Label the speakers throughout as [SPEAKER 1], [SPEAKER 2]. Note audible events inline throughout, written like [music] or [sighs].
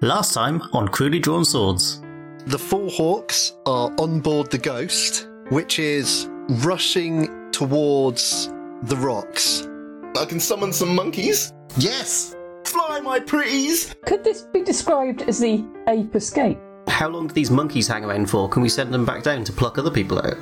[SPEAKER 1] Last time on Crudely Drawn Swords.
[SPEAKER 2] The four hawks are on board the ghost, which is rushing towards the rocks.
[SPEAKER 3] I can summon some monkeys.
[SPEAKER 4] Yes!
[SPEAKER 3] Fly, my pretties!
[SPEAKER 5] Could this be described as the ape escape?
[SPEAKER 1] How long do these monkeys hang around for? Can we send them back down to pluck other people out?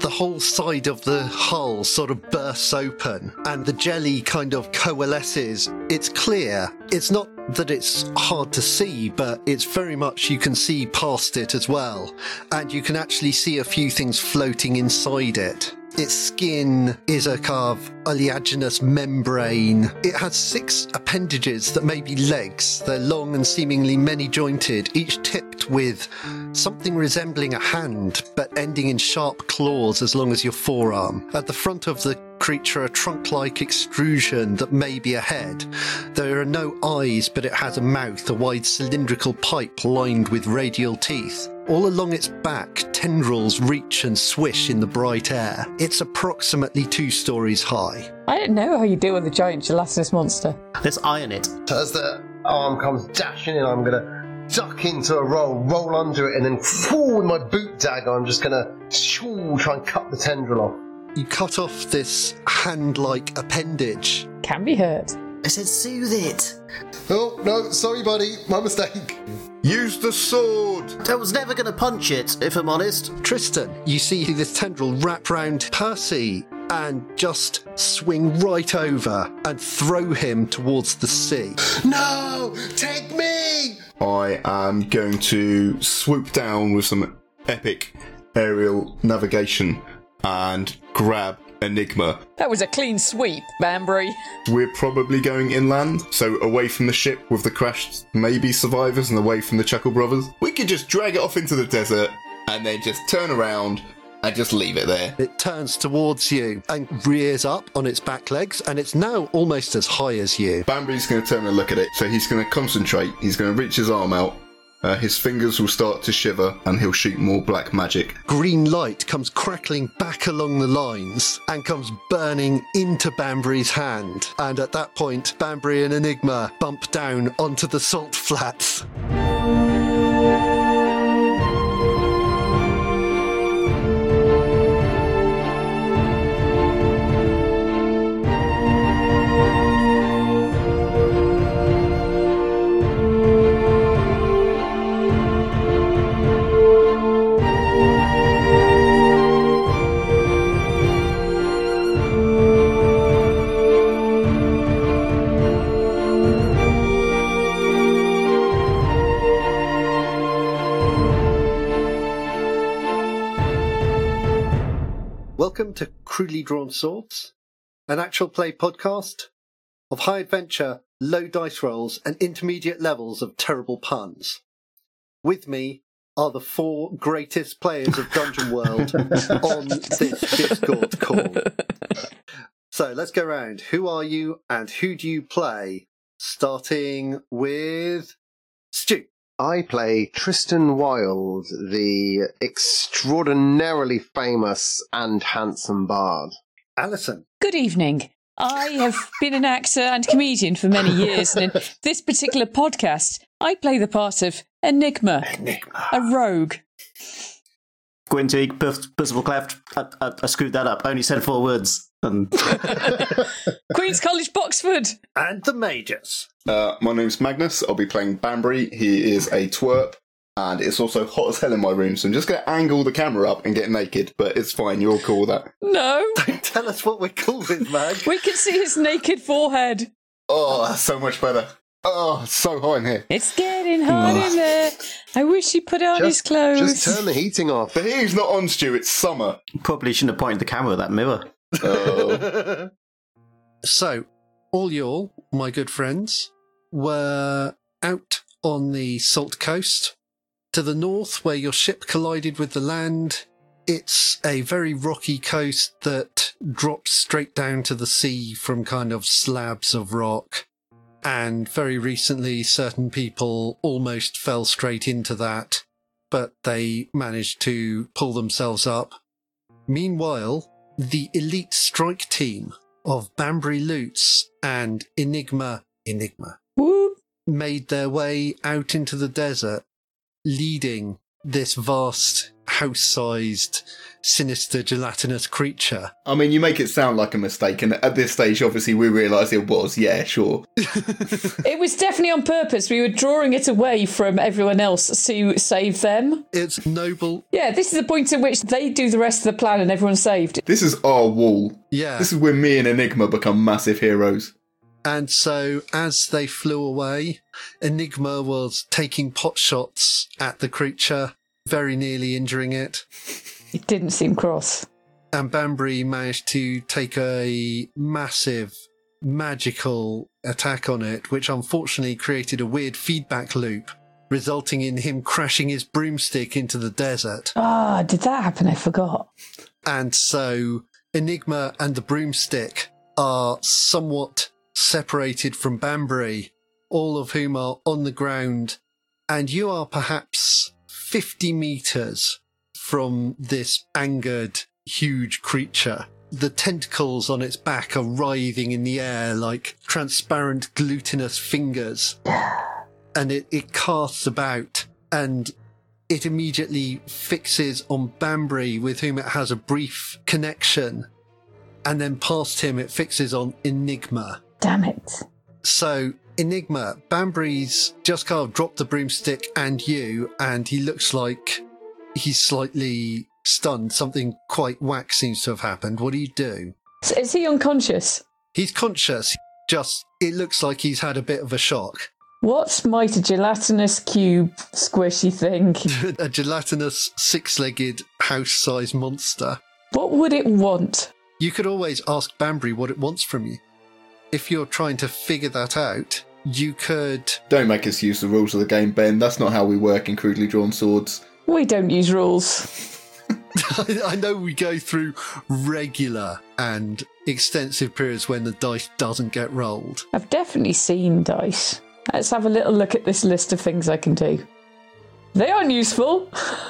[SPEAKER 2] The whole side of the hull sort of bursts open and the jelly kind of coalesces. It's clear. It's not that it's hard to see, but it's very much you can see past it as well. And you can actually see a few things floating inside it. Its skin is a kind of oleaginous membrane. It has six appendages that may be legs. They're long and seemingly many jointed, each tipped with something resembling a hand, but ending in sharp claws as long as your forearm. At the front of the creature, a trunk like extrusion that may be a head. There are no eyes, but it has a mouth, a wide cylindrical pipe lined with radial teeth. All along its back, tendrils reach and swish in the bright air. It's approximately two stories high.
[SPEAKER 5] I don't know how you deal with a giant gelatinous monster.
[SPEAKER 1] Let's iron it.
[SPEAKER 4] So as the arm comes dashing in, I'm gonna duck into a roll, roll under it, and then fall with my boot dagger. I'm just gonna shoo, try and cut the tendril off.
[SPEAKER 2] You cut off this hand like appendage.
[SPEAKER 5] Can be hurt.
[SPEAKER 1] I said soothe it.
[SPEAKER 4] Oh, no, sorry, buddy, my mistake.
[SPEAKER 3] Use the sword!
[SPEAKER 1] I was never going to punch it, if I'm honest.
[SPEAKER 2] Tristan, you see this tendril wrap round Percy and just swing right over and throw him towards the sea.
[SPEAKER 4] No! Take me!
[SPEAKER 3] I am going to swoop down with some epic aerial navigation and grab Enigma.
[SPEAKER 5] That was a clean sweep, Banbury.
[SPEAKER 3] We're probably going inland, so away from the ship with the crashed maybe survivors and away from the Chuckle Brothers. We could just drag it off into the desert and then just turn around and just leave it there.
[SPEAKER 2] It turns towards you and rears up on its back legs, and it's now almost as high as you.
[SPEAKER 3] Bambi's going to turn and look at it, so he's going to concentrate. He's going to reach his arm out. Uh, his fingers will start to shiver and he'll shoot more black magic.
[SPEAKER 2] Green light comes crackling back along the lines and comes burning into Banbury's hand. And at that point, Banbury and Enigma bump down onto the salt [laughs] flats. Welcome to Crudely Drawn Swords, an actual play podcast of high adventure, low dice rolls, and intermediate levels of terrible puns. With me are the four greatest players of Dungeon World on this Discord
[SPEAKER 5] [laughs]
[SPEAKER 2] call. So let's go round. Who are you and who do you play? Starting with Stu.
[SPEAKER 4] I play Tristan Wilde, the extraordinarily famous and handsome bard.
[SPEAKER 2] Alison.
[SPEAKER 5] Good evening. I have been an actor and comedian for many years, and in this particular podcast, I play the part of Enigma, a rogue.
[SPEAKER 1] Gwyntig, Perf- Percival Cleft. I, I, I screwed that up. I only said four words. And [laughs]
[SPEAKER 5] Queen's College, Boxford.
[SPEAKER 2] And the Mages.
[SPEAKER 3] Uh, my name's Magnus. I'll be playing Banbury. He is a twerp, and it's also hot as hell in my room, so I'm just going to angle the camera up and get naked, but it's fine. You'll call that.
[SPEAKER 5] No,
[SPEAKER 2] Don't tell us what we're calling, man.
[SPEAKER 5] we can see his naked forehead.
[SPEAKER 3] Oh, that's so much better. Oh, it's so hot in here.
[SPEAKER 5] It's getting hot in there. I wish he put on his clothes.
[SPEAKER 4] just turn the heating off.
[SPEAKER 3] The heat's not on, Stu. It's summer.
[SPEAKER 1] probably shouldn't have pointed the camera at that mirror.
[SPEAKER 3] Oh.
[SPEAKER 2] So, all y'all, my good friends, were out on the Salt Coast. To the north, where your ship collided with the land, it's a very rocky coast that drops straight down to the sea from kind of slabs of rock. And very recently, certain people almost fell straight into that, but they managed to pull themselves up. Meanwhile, the elite strike team of Banbury Loots and Enigma Enigma
[SPEAKER 5] Whoop.
[SPEAKER 2] made their way out into the desert, leading this vast, house sized, sinister, gelatinous creature.
[SPEAKER 3] [laughs] I mean, you make it sound like a mistake, and at this stage, obviously, we realise it was. Yeah, sure.
[SPEAKER 5] It was definitely on purpose. We were drawing it away from everyone else to save them.
[SPEAKER 2] It's noble.
[SPEAKER 5] Yeah, this is the point at which they do the rest of the plan and everyone's saved.
[SPEAKER 3] This is our wall.
[SPEAKER 2] Yeah.
[SPEAKER 3] This is where me and Enigma become massive heroes.
[SPEAKER 2] And so, as they flew away, Enigma was taking pot shots at the creature, very nearly injuring it.
[SPEAKER 5] It didn't seem cross.
[SPEAKER 2] And Bambry managed to take a massive magical attack on it, which unfortunately created a weird feedback loop, resulting in him crashing his broomstick into the desert.
[SPEAKER 5] Ah, did that happen? I forgot.
[SPEAKER 2] And so Enigma and the broomstick are somewhat separated from Banbury, all of whom are on the ground, and you are perhaps 50 meters from this angered, huge creature. The tentacles on its back are writhing in the air like transparent, glutinous fingers. And it, it casts about and it immediately fixes on Banbury, with whom it has a brief connection. And then past him, it fixes on Enigma.
[SPEAKER 5] Damn it.
[SPEAKER 2] So, Enigma, Banbury's just kind of dropped the broomstick and you, and he looks like he's slightly stunned. Something quite whack seems to have happened. What do you do?
[SPEAKER 5] So is he unconscious?
[SPEAKER 2] He's conscious, just it looks like he's had a bit of a shock. [laughs]
[SPEAKER 5] What might a gelatinous cube
[SPEAKER 2] [laughs]
[SPEAKER 5] squishy thing?
[SPEAKER 2] a gelatinous, six legged, house sized monster.
[SPEAKER 5] What would it want?
[SPEAKER 2] You could always ask Banbury what it wants from you. If you're trying to figure that out, you could. [laughs]
[SPEAKER 3] Don't make us use the rules of the game, Ben. That's not how we work in crudely drawn swords.
[SPEAKER 5] We don't use rules.
[SPEAKER 2] I know we go through regular and extensive periods when the dice doesn't get rolled.
[SPEAKER 5] I've definitely seen dice. Let's have a little look at this list of things I can do. They aren't useful.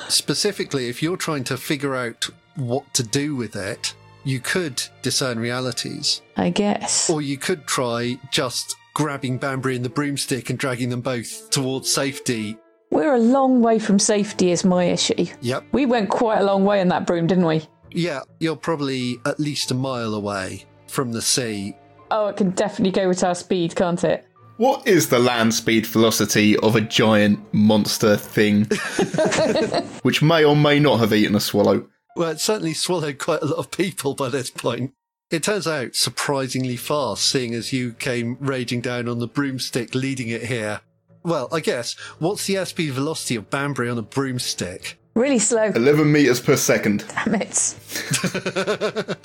[SPEAKER 2] Specifically, if you're trying to figure out what to do with it, you could discern realities,
[SPEAKER 5] I guess.
[SPEAKER 2] or you could try just grabbing Banbury and the broomstick and dragging them both towards safety.
[SPEAKER 5] We're a long way from safety, is my issue.
[SPEAKER 2] Yep.
[SPEAKER 5] We went quite a long way in that broom, didn't we?
[SPEAKER 2] Yeah, you're probably at least a mile away from the sea. [laughs]
[SPEAKER 5] Oh, it can definitely go with our speed, can't it?
[SPEAKER 3] What is the land speed velocity of a giant monster thing? Which may or may not have eaten a swallow.
[SPEAKER 2] Well, it certainly swallowed quite a lot of people by this point. It turns out surprisingly fast, seeing as you came raging down on the broomstick leading it here. Well, I guess, what's the airspeed velocity of Banbury on a broomstick?
[SPEAKER 5] Really slow. [laughs]
[SPEAKER 3] 11 metres per second.
[SPEAKER 5] Damn it.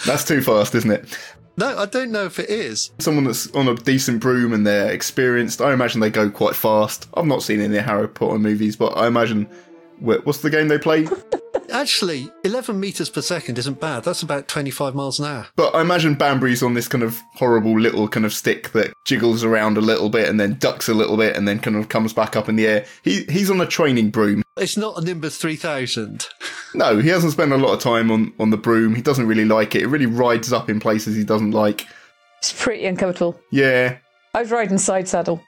[SPEAKER 3] That's too fast, isn't it?
[SPEAKER 2] No, I don't know if it is.
[SPEAKER 3] Someone that's on a decent broom and they're experienced, I imagine they go quite fast. I've not seen any Harry Potter movies, but I imagine. wh- What's the game they play?
[SPEAKER 2] [laughs] Actually, 11 meters per second isn't bad. That's about 25 miles an hour.
[SPEAKER 3] But I imagine Banbury's on this kind of horrible little kind of stick that jiggles around a little bit and then ducks a little bit and then kind of comes back up in the air. He he's on a training broom.
[SPEAKER 2] It's not a Nimbus [laughs] 3000.
[SPEAKER 3] No, he hasn't spent a lot of time on, on the broom. He doesn't really like it. It really rides up in places he doesn't like.
[SPEAKER 5] It's pretty uncomfortable.
[SPEAKER 3] Yeah.
[SPEAKER 5] I was riding side saddle.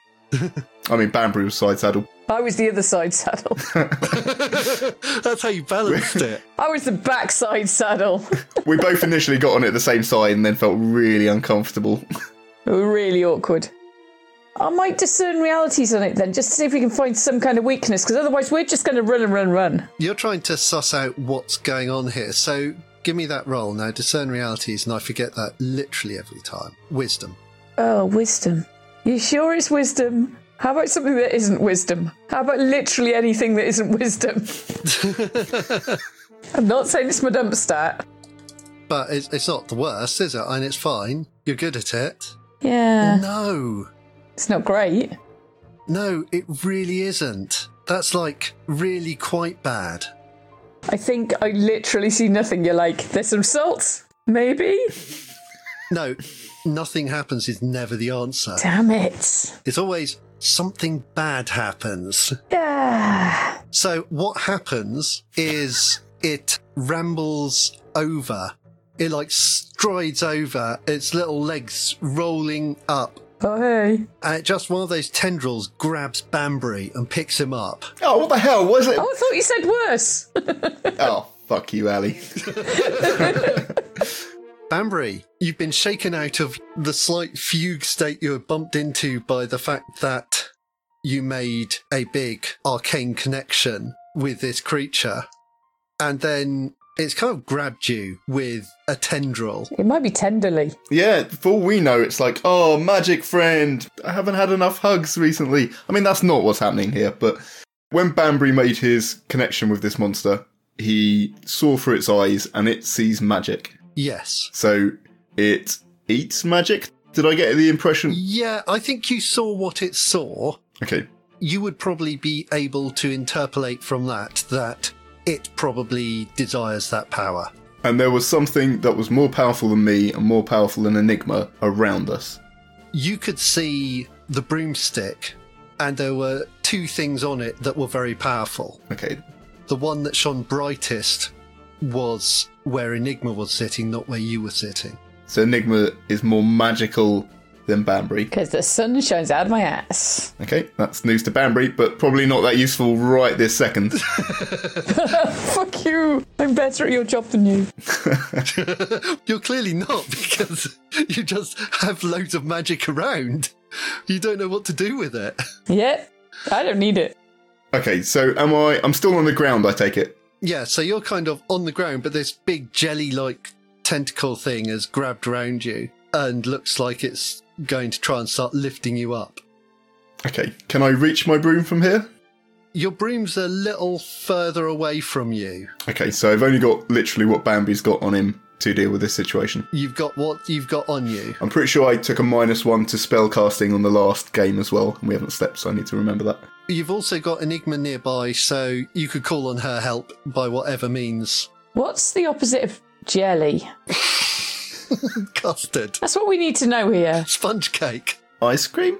[SPEAKER 3] I mean Banbury was side saddle.
[SPEAKER 5] I was the other side [laughs] saddle.
[SPEAKER 2] [laughs] That's how you balanced it.
[SPEAKER 5] I was the back side saddle. [laughs]
[SPEAKER 3] We both initially got on it the same side and then felt really uncomfortable.
[SPEAKER 5] really awkward. I might discern realities on it then, just to see if we can find some kind of weakness, because otherwise we're just going to run and run, run.
[SPEAKER 2] You're trying to suss out what's [laughs] going on here. So give me that roll now. Discern realities, and I forget that literally every time. Wisdom.
[SPEAKER 5] Oh, wisdom. You sure it's wisdom? How about something that isn't wisdom? How about literally anything that isn't wisdom? I'm not saying it's my dump stat.
[SPEAKER 2] But it's, it's not the worst, is it? And it's fine. You're good at it.
[SPEAKER 5] Yeah.
[SPEAKER 2] No,
[SPEAKER 5] It's not great.
[SPEAKER 2] no, it really isn't. That's like really quite bad.
[SPEAKER 5] I think I literally see nothing. You're like, there's some salt? Maybe?
[SPEAKER 2] No, nothing happens is never the answer.
[SPEAKER 5] Damn it.
[SPEAKER 2] It's always something bad happens.
[SPEAKER 5] Ah.
[SPEAKER 2] So what happens is it rambles over. It like strides over, its little legs rolling up
[SPEAKER 6] Oh, hey.
[SPEAKER 2] And just one of those tendrils grabs Banbury and picks him up.
[SPEAKER 3] Oh, what the hell was it?
[SPEAKER 6] Oh, I thought you said worse.
[SPEAKER 3] Oh, fuck you, Ali.
[SPEAKER 2] Banbury, you've been shaken out of the slight fugue state you were bumped into by the fact that you made a big arcane connection with this creature. And then it's kind of grabbed you with a tendril.
[SPEAKER 6] It might be tenderly.
[SPEAKER 3] Yeah, for all we know, it's like, oh, magic friend, I haven't had enough hugs recently. I mean, that's not what's happening here, but when Banbury made his connection with this monster, he saw through its eyes and it sees magic.
[SPEAKER 2] Yes.
[SPEAKER 3] So it eats magic? Did I get the impression?
[SPEAKER 2] Yeah, I think you saw what it saw.
[SPEAKER 3] Okay.
[SPEAKER 2] You would probably be able to interpolate from that that it probably desires that power.
[SPEAKER 3] And there was something that was more powerful than me and more powerful than Enigma around us.
[SPEAKER 2] you could see the broomstick, and there were two things on it that were very powerful.
[SPEAKER 3] Okay.
[SPEAKER 2] The one that shone brightest was where Enigma was sitting, not where you were sitting.
[SPEAKER 3] So Enigma is more magical than Banbury.
[SPEAKER 6] Because the sun shines out of my ass.
[SPEAKER 3] Okay, that's news to Banbury, but probably not that useful right this second.
[SPEAKER 6] Fuck you. I'm better at your job than you.
[SPEAKER 2] You're clearly not, [laughs] because you just have loads of magic around. You don't know what to do with it.
[SPEAKER 6] Yeah. I don't need it.
[SPEAKER 3] okay, so am I. I'm still on the ground, I take it.
[SPEAKER 2] Yeah, so you're kind of on the ground, but this big jelly like tentacle thing has grabbed around you and looks like it's going to try and start lifting you up.
[SPEAKER 3] Okay, can I reach my broom from here?
[SPEAKER 2] Your broom's a little further away from you.
[SPEAKER 3] Okay, so I've only got literally what Bambi's got on him to deal with this situation.
[SPEAKER 2] You've got what you've got on you.
[SPEAKER 3] I'm pretty sure I took a minus one to spell casting on the last game as well, and we haven't slept, so I need to remember that.
[SPEAKER 2] You've also got Enigma nearby, so you could call on her help by whatever means. [laughs]
[SPEAKER 6] What's the opposite of jelly?
[SPEAKER 2] Custard.
[SPEAKER 6] That's what we need to know here.
[SPEAKER 2] Sponge cake. [laughs]
[SPEAKER 3] Ice cream?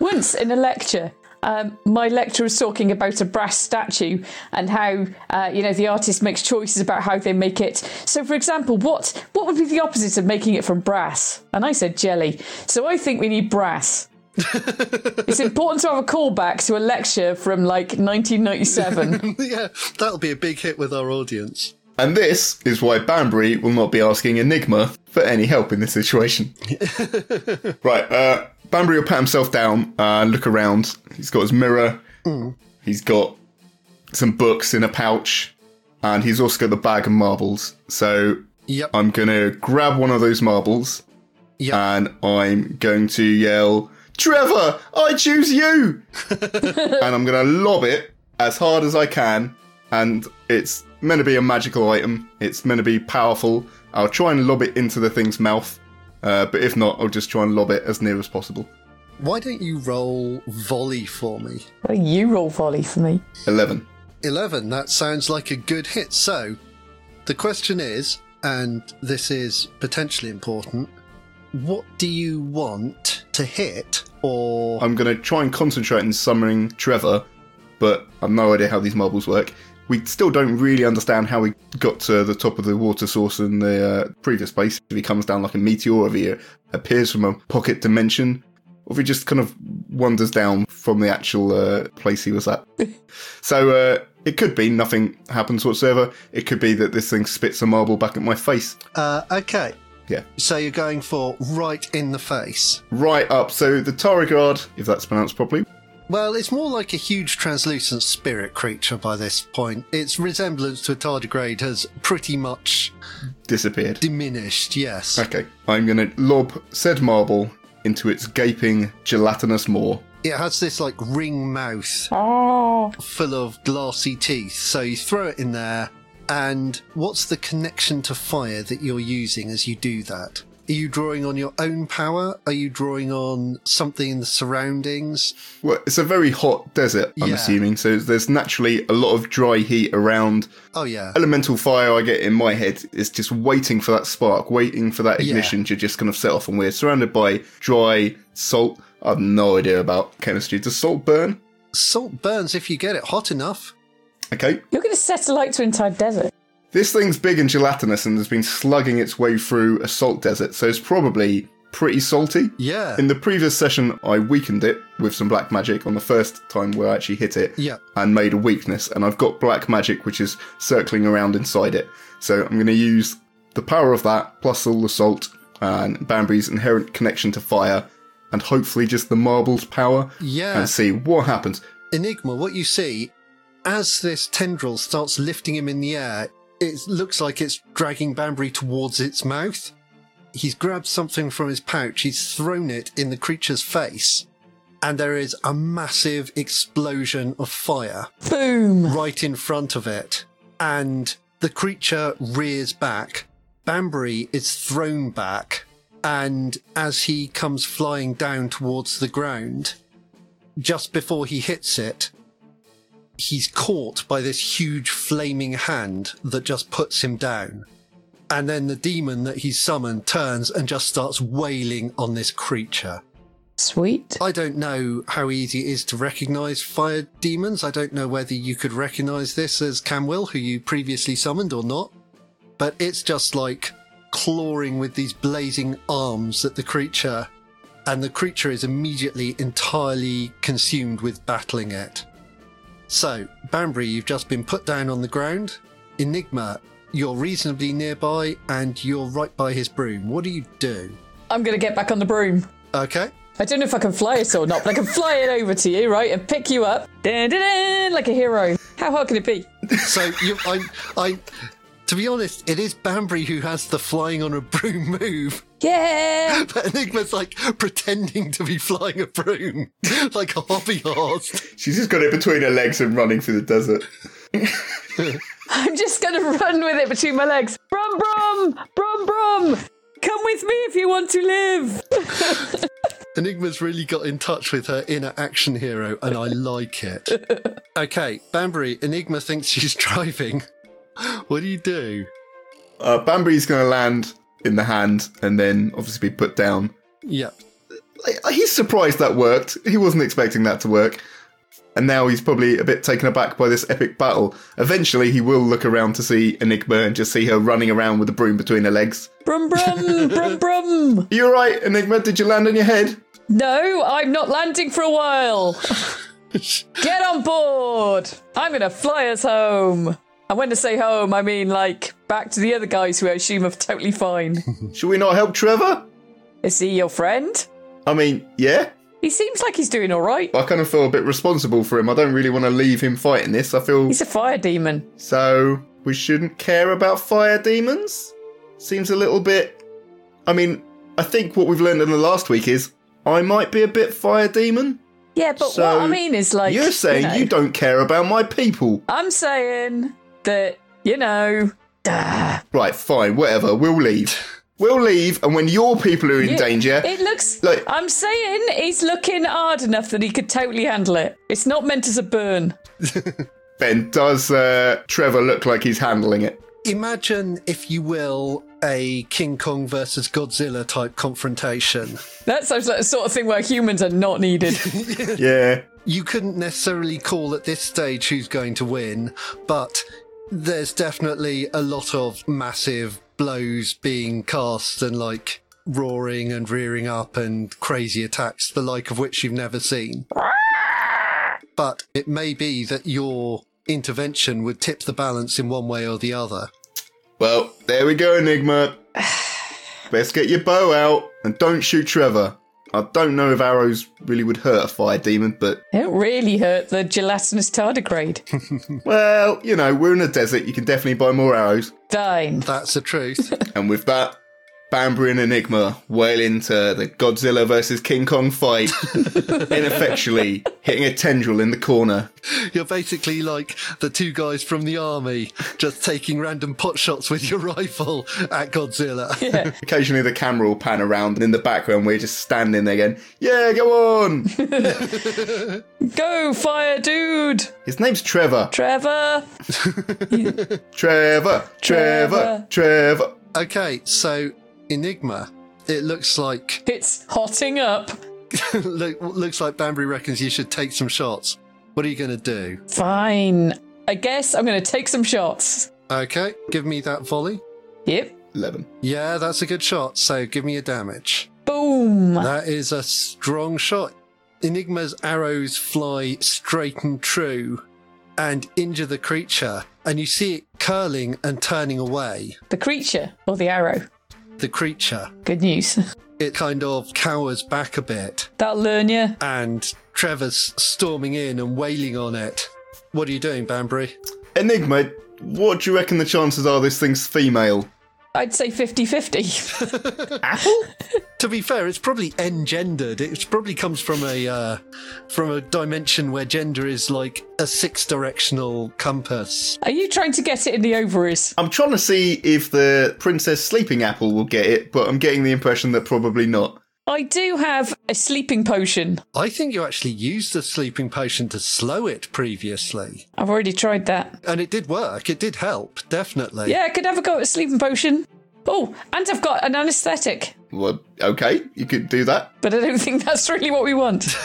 [SPEAKER 6] Once in a lecture, um, my lecturer was talking about a brass statue and how uh, you know the artist makes choices about how they make it. So, for example, what what would be the opposite of making it from brass? And I said jelly. So I think we need [laughs] brass. it's important to have a callback to a lecture from like 1997.
[SPEAKER 2] yeah, that'll be a big hit with our audience.
[SPEAKER 3] And this is why Banbury will not be asking Enigma for any help in this situation. right, uh, Banbury will pat himself down and look around. He's got his mirror, he's got some books in a pouch, and he's also got the bag of marbles. So
[SPEAKER 2] Yep.
[SPEAKER 3] I'm gonna grab one of those marbles
[SPEAKER 2] Yep.
[SPEAKER 3] and I'm going to yell, Trevor, I choose you! and I'm gonna lob it as hard as I can. And it's meant to be a magical item, it's meant to be powerful. I'll try and lob it into the thing's mouth, uh, but if not, I'll just try and lob it as near as possible.
[SPEAKER 2] Why don't you roll volley for me?
[SPEAKER 6] well, [laughs] you roll volley for me.
[SPEAKER 3] 11.
[SPEAKER 2] 11, that sounds like a good hit. So, the question is, and this is potentially important, what do you want to hit? Or
[SPEAKER 3] I'm gonna try and concentrate on summoning Trevor, but I've no idea how these marbles work. We still don't really understand how he got to the top of the water source in the uh, previous place. If he comes down like a meteor, if he uh, appears from a pocket dimension, or if he just kind of wanders down from the actual uh, place he was at. so uh, it could be nothing happens whatsoever. It could be that this thing spits a marble back at my face.
[SPEAKER 2] Uh, okay.
[SPEAKER 3] Yeah.
[SPEAKER 2] So you're going for right in the face.
[SPEAKER 3] Right up. So the Tarigard, if that's pronounced properly,
[SPEAKER 2] Well, it's more like a huge translucent spirit creature by this point. Its resemblance to a tardigrade has pretty much
[SPEAKER 3] disappeared.
[SPEAKER 2] diminished, yes.
[SPEAKER 3] Okay, I'm gonna lob said marble into its gaping gelatinous maw.
[SPEAKER 2] It has this like ring mouth
[SPEAKER 6] Oh,
[SPEAKER 2] full of glassy teeth. So you throw it in there, and what's the connection to fire that you're using as you do that? Are you drawing on your own power? Are you drawing on something in the surroundings?
[SPEAKER 3] Well, it's a very hot desert, I'm
[SPEAKER 2] Yeah.
[SPEAKER 3] assuming, so there's naturally a lot of dry heat around.
[SPEAKER 2] Oh, yeah.
[SPEAKER 3] Elemental fire, I get in my head, is just waiting for that spark, waiting for that
[SPEAKER 2] Yeah.
[SPEAKER 3] ignition to just kind of set off. And we're surrounded by dry salt. I've no idea about chemistry. Does salt burn?
[SPEAKER 2] Salt burns if you get it hot enough.
[SPEAKER 3] Okay.
[SPEAKER 6] you're going to set a light to an entire desert.
[SPEAKER 3] This thing's big and gelatinous and has been slugging its way through a salt desert, so it's probably pretty salty.
[SPEAKER 2] Yeah.
[SPEAKER 3] In the previous session, I weakened it with some black magic on the first time where I actually hit it.
[SPEAKER 2] Yeah.
[SPEAKER 3] And made a weakness, and I've got black magic which is circling around inside it. So I'm going to use the power of that plus all the salt and Bambury's inherent connection to fire, and hopefully just the marble's power.
[SPEAKER 2] Yeah.
[SPEAKER 3] And see what happens.
[SPEAKER 2] Enigma, what you see as this tendril starts lifting him in the air, it looks like it's dragging Banbury towards its mouth. He's grabbed something from his pouch, he's thrown it in the creature's face, and there is a massive explosion of fire
[SPEAKER 7] Boom.
[SPEAKER 2] right in front of it, and the creature rears back. Banbury is thrown back, and as he comes flying down towards the ground, just before he hits it, he's caught by this huge flaming hand that just puts him down. And then the demon that he's summoned turns and just starts wailing on this creature.
[SPEAKER 7] Sweet.
[SPEAKER 2] I don't know how easy it is to recognize fire demons. I don't know whether you could recognize this as Camwill, who you previously summoned or not. But it's just like clawing with these blazing arms at the creature, and the creature is immediately entirely consumed with battling it. So, Banbury, you've just been put down on the ground. Enigma, you're reasonably nearby and you're right by his broom. What do you do?
[SPEAKER 5] I'm going to get back on the broom.
[SPEAKER 2] Okay.
[SPEAKER 5] I don't know if I can fly it or not, but I can fly it over to you, right, and pick you up, dun, dun, dun, like a hero. How hard can it be?
[SPEAKER 2] So you, I, I, to be honest, it is Banbury who has the flying on a broom move, [laughs]
[SPEAKER 7] Yeah.
[SPEAKER 2] but Enigma's like pretending to be flying a broom, [laughs] like a hobby horse.
[SPEAKER 3] She's just got it between her legs and running through the desert.
[SPEAKER 5] [laughs] I'm just going to run with it between my legs. Brum, brum, brum, brum. Come with me if you want to live.
[SPEAKER 2] Enigma's really got in touch with her inner action hero, and I like it. Okay, Banbury, Enigma thinks she's [laughs] driving. What do you do?
[SPEAKER 3] Uh, Bambury's going to land in the hand and then obviously be put down.
[SPEAKER 2] Yep.
[SPEAKER 3] I- He's surprised that worked. He wasn't expecting that to work. And now he's probably a bit taken aback by this epic battle. Eventually, he will look around to see Enigma and just see her running around with the broom between her legs.
[SPEAKER 7] Brum brum brum brum.
[SPEAKER 3] You alright, Enigma? Did you land on your head?
[SPEAKER 5] No, I'm not landing for a while. Get on board. I'm going to fly us home. And when I say home, I mean like back to the other guys who I assume are totally fine.
[SPEAKER 3] Should we not help Trevor?
[SPEAKER 5] Is he your friend?
[SPEAKER 3] I mean, yeah.
[SPEAKER 5] He seems like he's doing all right.
[SPEAKER 3] I kind of feel a bit responsible for him. I don't really want to leave him fighting this. I feel
[SPEAKER 5] He's a fire demon.
[SPEAKER 3] So we shouldn't care about fire demons? Seems a little bit. I mean, I think what we've learned in the last week is I might be a bit fire demon.
[SPEAKER 5] Yeah, but
[SPEAKER 3] So,
[SPEAKER 5] what I mean is like
[SPEAKER 3] You're saying you,
[SPEAKER 5] know,
[SPEAKER 3] don't care about my people.
[SPEAKER 5] I'm saying that you know. duh.
[SPEAKER 3] Right, fine, whatever. We'll
[SPEAKER 5] [laughs]
[SPEAKER 3] leave. We'll leave, and when your people are in danger,
[SPEAKER 5] It looks.
[SPEAKER 3] Like-
[SPEAKER 5] I'm saying he's looking hard enough that he could totally handle it. It's not meant as a burn.
[SPEAKER 3] Ben, does uh, Trevor look like he's handling it?
[SPEAKER 2] Imagine, if you will, a King Kong versus Godzilla type confrontation.
[SPEAKER 5] That sounds like the sort of thing where humans are not
[SPEAKER 3] [laughs]
[SPEAKER 5] needed.
[SPEAKER 3] Yeah.
[SPEAKER 2] you couldn't necessarily call at this stage who's going to win, but there's definitely a lot of massive blows being cast and like roaring and rearing up and crazy attacks, the like of which you've never seen. But it may be that your intervention would tip the balance in one way or the other.
[SPEAKER 3] Well, there we go, Enigma.
[SPEAKER 5] [sighs]
[SPEAKER 3] Best get your bow out and don't shoot Trevor. I don't know if arrows really would hurt a fire demon, but
[SPEAKER 5] They don't really hurt the
[SPEAKER 3] [laughs]
[SPEAKER 5] gelatinous tardigrade.
[SPEAKER 3] Well, you know, we're in a desert. You can definitely buy more arrows.
[SPEAKER 5] Fine.
[SPEAKER 2] That's the truth.
[SPEAKER 3] And with that, Bambury and Enigma wail into the Godzilla versus King Kong fight, ineffectually hitting a tendril in the corner.
[SPEAKER 2] You're basically like the two guys from the army just taking random pot shots with your [laughs] rifle at Godzilla.
[SPEAKER 3] Occasionally, the camera will pan around, and in the background, we're just standing there going, "Yeah, go on."
[SPEAKER 5] Go fire, dude.
[SPEAKER 3] His name's Trevor.
[SPEAKER 5] Trevor.
[SPEAKER 3] Trevor. Trevor. Trevor.
[SPEAKER 2] Okay, so Enigma. It looks
[SPEAKER 8] [laughs]
[SPEAKER 2] like
[SPEAKER 5] It's hotting up.
[SPEAKER 2] look, looks like Banbury reckons you should take some shots. What are you going to do?
[SPEAKER 5] Fine. I guess I'm going to take some shots.
[SPEAKER 2] Okay, give me that volley.
[SPEAKER 5] Yep.
[SPEAKER 3] Eleven.
[SPEAKER 2] Yeah, that's a good shot. So give me a damage.
[SPEAKER 5] Boom. Boom!
[SPEAKER 8] That is a strong shot. Enigma's arrows fly straight and true and injure the creature, and you see it curling and turning away.
[SPEAKER 5] The creature or the arrow.
[SPEAKER 8] The creature,
[SPEAKER 5] Good news.
[SPEAKER 8] it kind of cowers back a bit,
[SPEAKER 5] That'll learn you.
[SPEAKER 8] and Trevor's storming in and wailing on it. What are you doing, Banbury?
[SPEAKER 3] Enigma, what do you reckon the chances are this thing's female?
[SPEAKER 5] I'd say 50 50.
[SPEAKER 8] To be fair, it's probably engendered. It probably comes from a uh, from a dimension where gender is like a six-directional compass.
[SPEAKER 5] Are you trying to get it in the ovaries?
[SPEAKER 3] I'm trying to see if the Princess Sleeping Apple will get it, but I'm getting the impression that probably not.
[SPEAKER 5] I do have a sleeping potion.
[SPEAKER 8] I think you actually used the sleeping potion to slow it previously.
[SPEAKER 5] I've already tried that.
[SPEAKER 8] And it did work. It did help, definitely.
[SPEAKER 5] Yeah, I could have a go at a sleeping potion. Oh, and I've got an anaesthetic,
[SPEAKER 3] Well, okay, you could do that.
[SPEAKER 5] but I don't [laughs] think that's really what we want.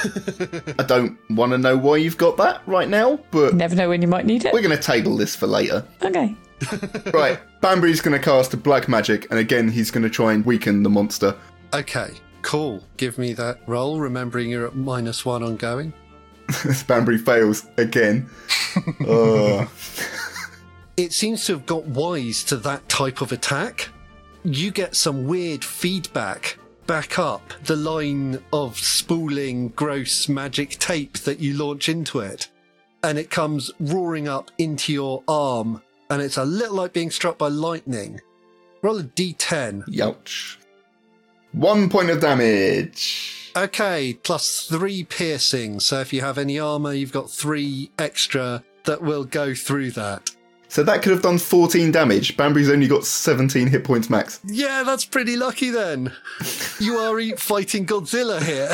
[SPEAKER 3] I don't want to know why you've got that right now, but
[SPEAKER 5] Never know when you might need it.
[SPEAKER 3] we're going to table this for later.
[SPEAKER 5] Okay.
[SPEAKER 3] right, Banbury's going to cast Black Magic, and again, he's going to try and weaken the monster. [laughs]
[SPEAKER 8] Okay, cool. Give me that roll, remembering you're at minus one ongoing.
[SPEAKER 3] Banbury fails again. Ugh.
[SPEAKER 8] It seems to have got wise to that type of attack. You get some weird feedback back up the line of spooling, gross magic tape that you launch into it. And it comes roaring up into your arm. And it's a little like being struck by lightning. Roll a d10.
[SPEAKER 3] Youch. One point of damage.
[SPEAKER 8] Okay, plus three piercing. So if you have any armor, you've got three extra that will go through that.
[SPEAKER 3] So that could have done 14 damage. Banbury's only got 17 hit points max.
[SPEAKER 8] Yeah, that's pretty lucky then. You are e- fighting Godzilla here.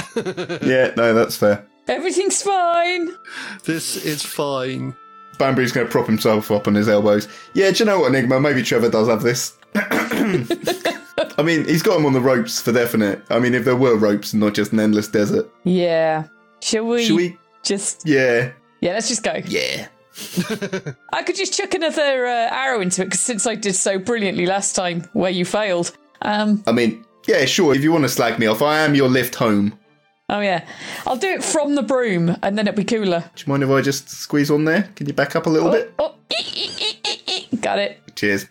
[SPEAKER 8] [laughs]
[SPEAKER 3] yeah, no, that's fair.
[SPEAKER 5] Everything's fine.
[SPEAKER 8] this is fine.
[SPEAKER 3] Banbury's going to prop himself up on his elbows. Yeah, do you know what, Enigma? Maybe Trevor does have this. I mean, he's got him on the ropes for definite. I mean, if there were ropes and not just an endless desert.
[SPEAKER 5] Yeah. Shall we,
[SPEAKER 3] Should we?
[SPEAKER 5] just.
[SPEAKER 3] Yeah.
[SPEAKER 5] Yeah, let's just go.
[SPEAKER 3] Yeah.
[SPEAKER 5] I could just chuck another uh, arrow into it because since I did so brilliantly last time where you failed. Um,
[SPEAKER 3] I mean, yeah, sure. If you want to slag me off, I am your lift home.
[SPEAKER 5] oh, yeah. I'll do it from the broom and then it'll be cooler.
[SPEAKER 3] Do you mind if I just squeeze on there? Can you back up a little bit?
[SPEAKER 5] Oh, eek, eek, eek, eek, eek. Got it.
[SPEAKER 3] Cheers.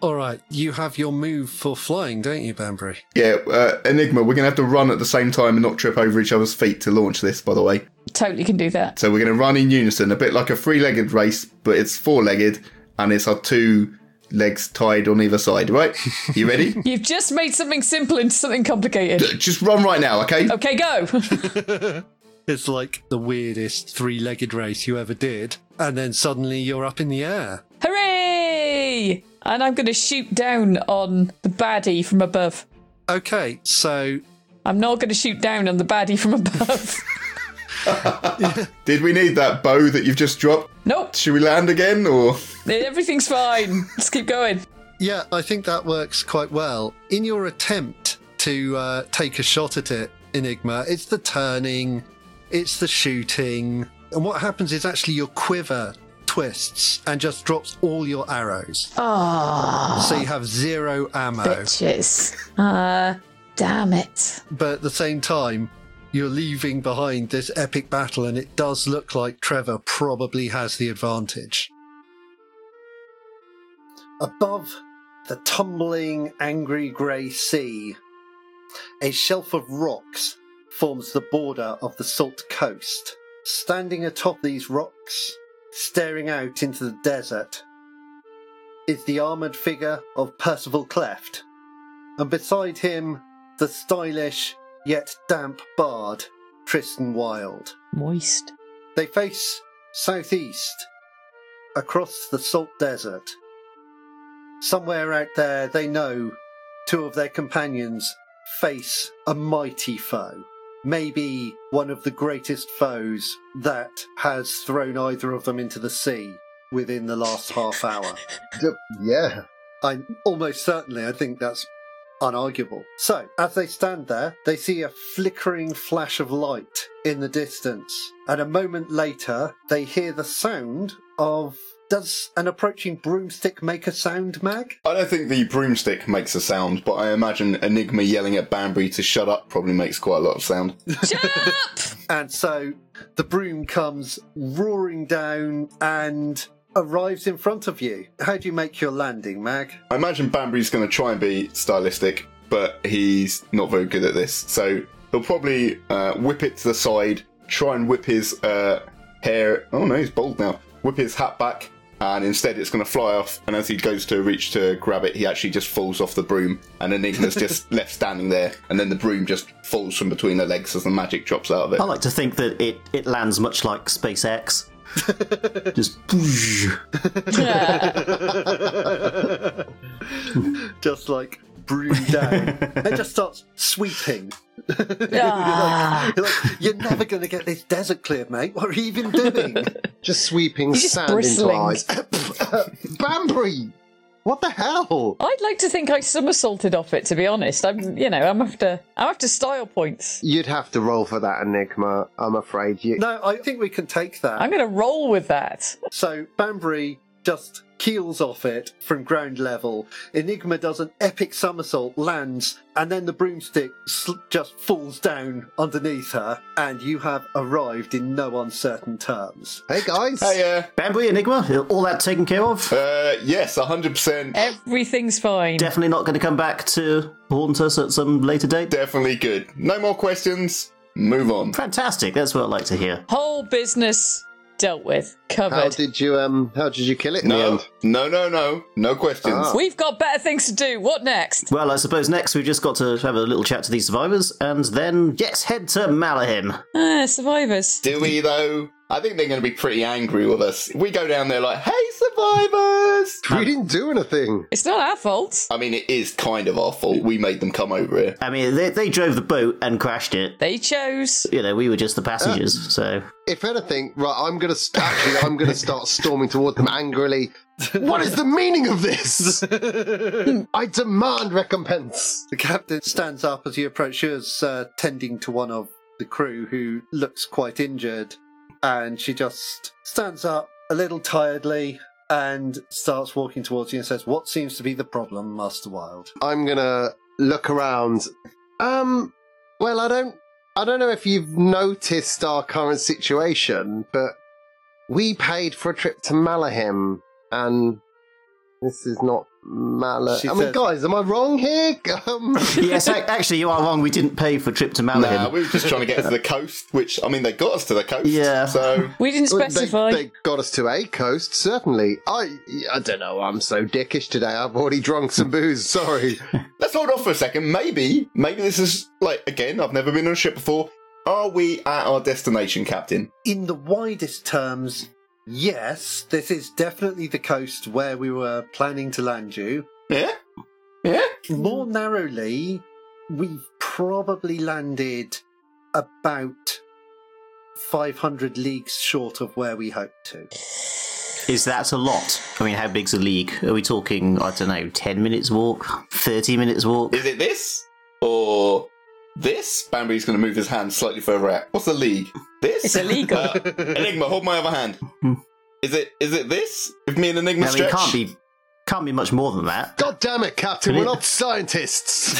[SPEAKER 8] All right, you have your move for flying, don't you, Banbury?
[SPEAKER 3] Yeah, uh, Enigma, we're going to have to run at the same time and not trip over each other's feet to launch this, by the way.
[SPEAKER 5] Totally can do that.
[SPEAKER 3] So we're going to run in unison, a bit like a three legged race, but it's four legged and it's our two legs tied on either side, right? You ready?
[SPEAKER 5] You've just made something simple into something complicated.
[SPEAKER 3] Just run right now, okay?
[SPEAKER 5] Okay, go. [laughs]
[SPEAKER 8] It's like the weirdest three legged race you ever did. And then suddenly you're up in the air.
[SPEAKER 5] Hooray! And I'm going to shoot down on the baddie from above.
[SPEAKER 8] Okay, so
[SPEAKER 5] I'm not going to shoot down on the baddie from [laughs] above.
[SPEAKER 3] Did we need that bow that you've just dropped?
[SPEAKER 5] nope.
[SPEAKER 3] Should we land again or?
[SPEAKER 5] Everything's fine. Let's keep going.
[SPEAKER 8] Yeah, I think that works quite well. In your attempt to uh, take a shot at it, Enigma, it's the turning, it's the shooting, and what happens is actually your quiver twists and just drops all your arrows. So you have zero ammo,
[SPEAKER 5] Ah, Bitches. Uh, damn it.
[SPEAKER 8] but at the same time, you're leaving behind this epic battle, and it does look like Trevor probably has the advantage. Above the tumbling, angry grey sea, a shelf of rocks forms the border of the Salt Coast. Standing atop these rocks, staring out into the desert, is the armoured figure of Percival Cleft, and beside him, the stylish yet damp bard, Tristan Wilde.
[SPEAKER 9] Moist.
[SPEAKER 8] They face southeast, across the salt desert. Somewhere out there, they know two of their companions face a mighty foe. Maybe one of the greatest foes that has thrown either of them into the sea within the last half hour.
[SPEAKER 4] D- Yeah.
[SPEAKER 8] I almost certainly I think that's unarguable. So, as they stand there, they see a flickering flash of light in the distance, and a moment later, they hear the sound
[SPEAKER 2] of Does an approaching broomstick make a sound, Mag?
[SPEAKER 3] I don't think the broomstick makes a sound, but I imagine Enigma yelling at Banbury to shut up probably makes quite a lot of sound.
[SPEAKER 5] Shut up! [laughs]
[SPEAKER 2] And so the broom comes roaring down and arrives in front of you. How do you make your landing, Mag?
[SPEAKER 3] I imagine Banbury's going to try and be stylistic, but he's not very good at this. So he'll probably uh, whip it to the side, try and whip his uh, hair. Oh no, he's bald now. Whip his hat back, and instead it's going to fly off. And as he goes to reach to grab it, he actually just falls off the broom, and Enigma's just left standing there. And then the broom just falls from between her legs as the magic drops out of it.
[SPEAKER 1] I like to think that it, it lands much like [laughs] SpaceX. Just [laughs]
[SPEAKER 2] Just like broom down. [laughs] it just starts sweeping.
[SPEAKER 5] Ah.
[SPEAKER 2] You're like, you're never going to get this desert cleared, mate. What are you even doing?
[SPEAKER 4] Just sweeping
[SPEAKER 5] just
[SPEAKER 4] sand into
[SPEAKER 5] bristling.
[SPEAKER 4] our eyes. [laughs] Banbury! What the hell?
[SPEAKER 5] I'd like to think I somersaulted off it. To be honest, I'm, you know, I'm after, I'm after style points.
[SPEAKER 4] You'd have to roll for that enigma, I'm afraid. You,
[SPEAKER 2] no, I think we can take that.
[SPEAKER 5] I'm going to roll with that.
[SPEAKER 2] So Banbury just keels off it from ground level. Enigma does an epic somersault, lands, and then the broomstick sl- just falls down underneath her, and you have arrived in no uncertain terms.
[SPEAKER 4] Hey guys!
[SPEAKER 3] Hey, uh,
[SPEAKER 1] Bamboo Enigma, all that taken care of.
[SPEAKER 3] uh, yes, hundred percent,
[SPEAKER 5] Eh. Everything's fine.
[SPEAKER 1] Definitely not going to come back to haunt us at some later date.
[SPEAKER 3] definitely good. No more questions. Move on.
[SPEAKER 1] Fantastic. That's what I like to hear.
[SPEAKER 5] Whole business dealt with,
[SPEAKER 4] how
[SPEAKER 5] covered.
[SPEAKER 4] did you um? How did you kill it in the
[SPEAKER 3] No,
[SPEAKER 4] end?
[SPEAKER 3] no, no, no, no questions.
[SPEAKER 5] We've got better things to do. What next?
[SPEAKER 1] Well, I suppose next we've just got to have a little chat to these survivors, and then yes, head to Malahim.
[SPEAKER 5] Ah, survivors.
[SPEAKER 3] Do we though? I think they're going to be pretty angry with us. We go down there like, "Hey, survivors!"
[SPEAKER 4] We didn't do anything.
[SPEAKER 5] It's not our fault.
[SPEAKER 3] I mean, it is kind of our fault. We made them come over here.
[SPEAKER 1] I mean, they, they drove the boat and crashed it.
[SPEAKER 5] They chose.
[SPEAKER 1] You know, we were
[SPEAKER 3] Uh,
[SPEAKER 1] just the passengers,
[SPEAKER 3] [laughs]
[SPEAKER 1] so
[SPEAKER 4] If anything, right, I'm gonna st- actually, I'm gonna start storming toward them angrily. What is the meaning of this? I demand recompense.
[SPEAKER 2] The captain stands up as you approach yours, uh, tending to one of the crew who looks quite injured, and she just stands up a little tiredly and starts walking towards you and says, What seems to be the problem, Master Wild?
[SPEAKER 4] I'm gonna look around. Um, well, I don't, I don't know if you've noticed our current situation, but we paid for a trip to Malahim, and this is not Malah.
[SPEAKER 2] She
[SPEAKER 4] I mean,
[SPEAKER 2] said-
[SPEAKER 4] guys, am I wrong here? [laughs] Um,
[SPEAKER 1] yes, ac- actually, you are wrong. We didn't pay for trip to Malahim.
[SPEAKER 3] Nah, we were just trying to get to the coast, which I mean, they got us to the coast.
[SPEAKER 1] Yeah.
[SPEAKER 3] So
[SPEAKER 5] We didn't
[SPEAKER 4] Well,
[SPEAKER 5] specify.
[SPEAKER 4] They, they got us to a coast, certainly. I I don't know. I'm so dickish today. I've already drunk some booze.
[SPEAKER 5] [laughs]
[SPEAKER 4] Sorry.
[SPEAKER 3] let's hold off for a second. Maybe, maybe this is like again. I've never been on a ship before. Are we at our destination, Captain?
[SPEAKER 2] in the widest terms, yes, this is definitely the coast where we were planning to land you.
[SPEAKER 3] Yeah, yeah.
[SPEAKER 2] More narrowly, we've probably landed about 500 leagues short of where we hoped to.
[SPEAKER 1] Is that a lot? I mean, how big's a league? Are we talking, I don't know, 10 minutes walk? 30 minutes walk?
[SPEAKER 3] Is it this or this? Bambi's going to move his hand slightly further out. What's the league? This.
[SPEAKER 5] It's illegal.
[SPEAKER 3] Uh, Enigma, hold my other hand. Is it? Is it this? If me and Enigma
[SPEAKER 1] I mean, it
[SPEAKER 3] stretch,
[SPEAKER 1] can't be, can't be much more than that.
[SPEAKER 4] God damn it, Captain.
[SPEAKER 5] [laughs]
[SPEAKER 4] We're not scientists.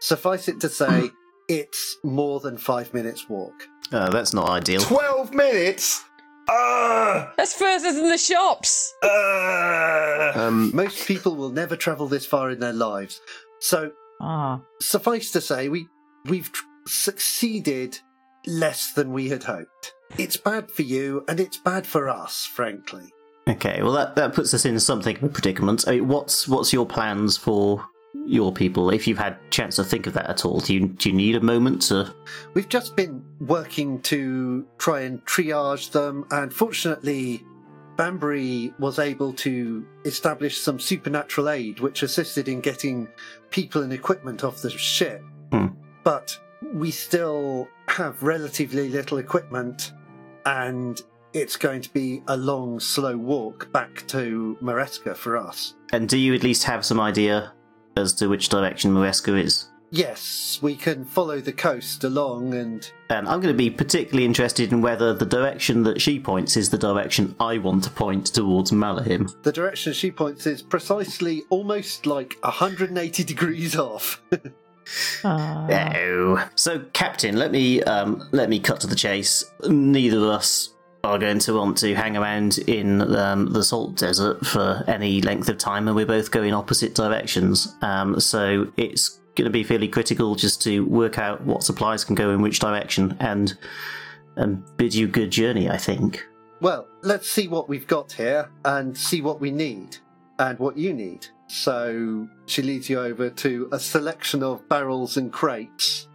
[SPEAKER 2] Suffice it to say, it's more than five minutes walk.
[SPEAKER 1] Uh, that's not ideal.
[SPEAKER 3] twelve minutes. Uh,
[SPEAKER 5] That's further than the shops.
[SPEAKER 3] uh.
[SPEAKER 4] um,
[SPEAKER 2] Most people will never travel this far in their lives. So
[SPEAKER 5] Ah.
[SPEAKER 2] suffice to say, we we've tr- succeeded less than we had hoped. It's bad for you, and it's bad for us, frankly.
[SPEAKER 1] Okay, well, that, that puts us in something of a predicament. I mean, what's, what's your plans for your people, if you've had chance to think of that at all? Do you, do you need a moment to.
[SPEAKER 2] We've just been working to try and triage them, and fortunately, Banbury was able to establish some supernatural aid, which assisted in getting people and equipment off the ship.
[SPEAKER 1] Hmm.
[SPEAKER 2] But we still have relatively little equipment, and it's going to be a long, slow walk back to Maresca for us.
[SPEAKER 1] And do you at least have some idea as to which direction Muesca is?
[SPEAKER 2] Yes, we can follow the coast along and.
[SPEAKER 1] And I'm going to be particularly interested in whether the direction that she points is the direction I want to point towards Malahim.
[SPEAKER 2] The direction she points is precisely almost like 180 degrees off.
[SPEAKER 5] ah.
[SPEAKER 1] No. So, Captain, let me um, let me cut to the chase. Neither of us are going to want to hang around in um, the salt desert for any length of time, and we're both going opposite directions. Um, so it's going to be fairly critical just to work out what supplies can go in which direction, and and bid you good journey. I think.
[SPEAKER 2] well, let's see what we've got here and see what we need and what you need. So she leads you over to a selection of barrels and crates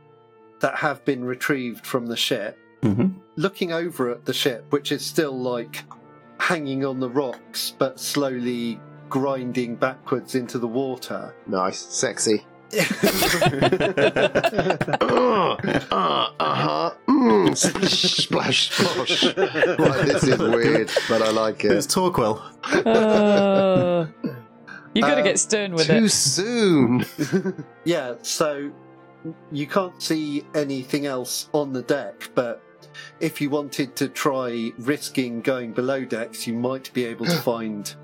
[SPEAKER 2] that have been retrieved from the ship.
[SPEAKER 1] Mm-hmm.
[SPEAKER 2] looking over at the ship, which is still like hanging on the rocks but slowly grinding backwards into the water.
[SPEAKER 5] [laughs]
[SPEAKER 4] Nice, sexy. Uh,
[SPEAKER 2] uh-huh.
[SPEAKER 4] Mm, splish, splash, splosh. Right, this is weird, but I like it.
[SPEAKER 1] Torquil.
[SPEAKER 5] [laughs] Oh. you got to
[SPEAKER 4] Uh,
[SPEAKER 2] Um,
[SPEAKER 5] get stern with
[SPEAKER 4] Too
[SPEAKER 5] it.
[SPEAKER 4] soon.
[SPEAKER 2] Yeah, so you can't see anything else on the deck, but if you wanted to try risking going below decks, you might be able to find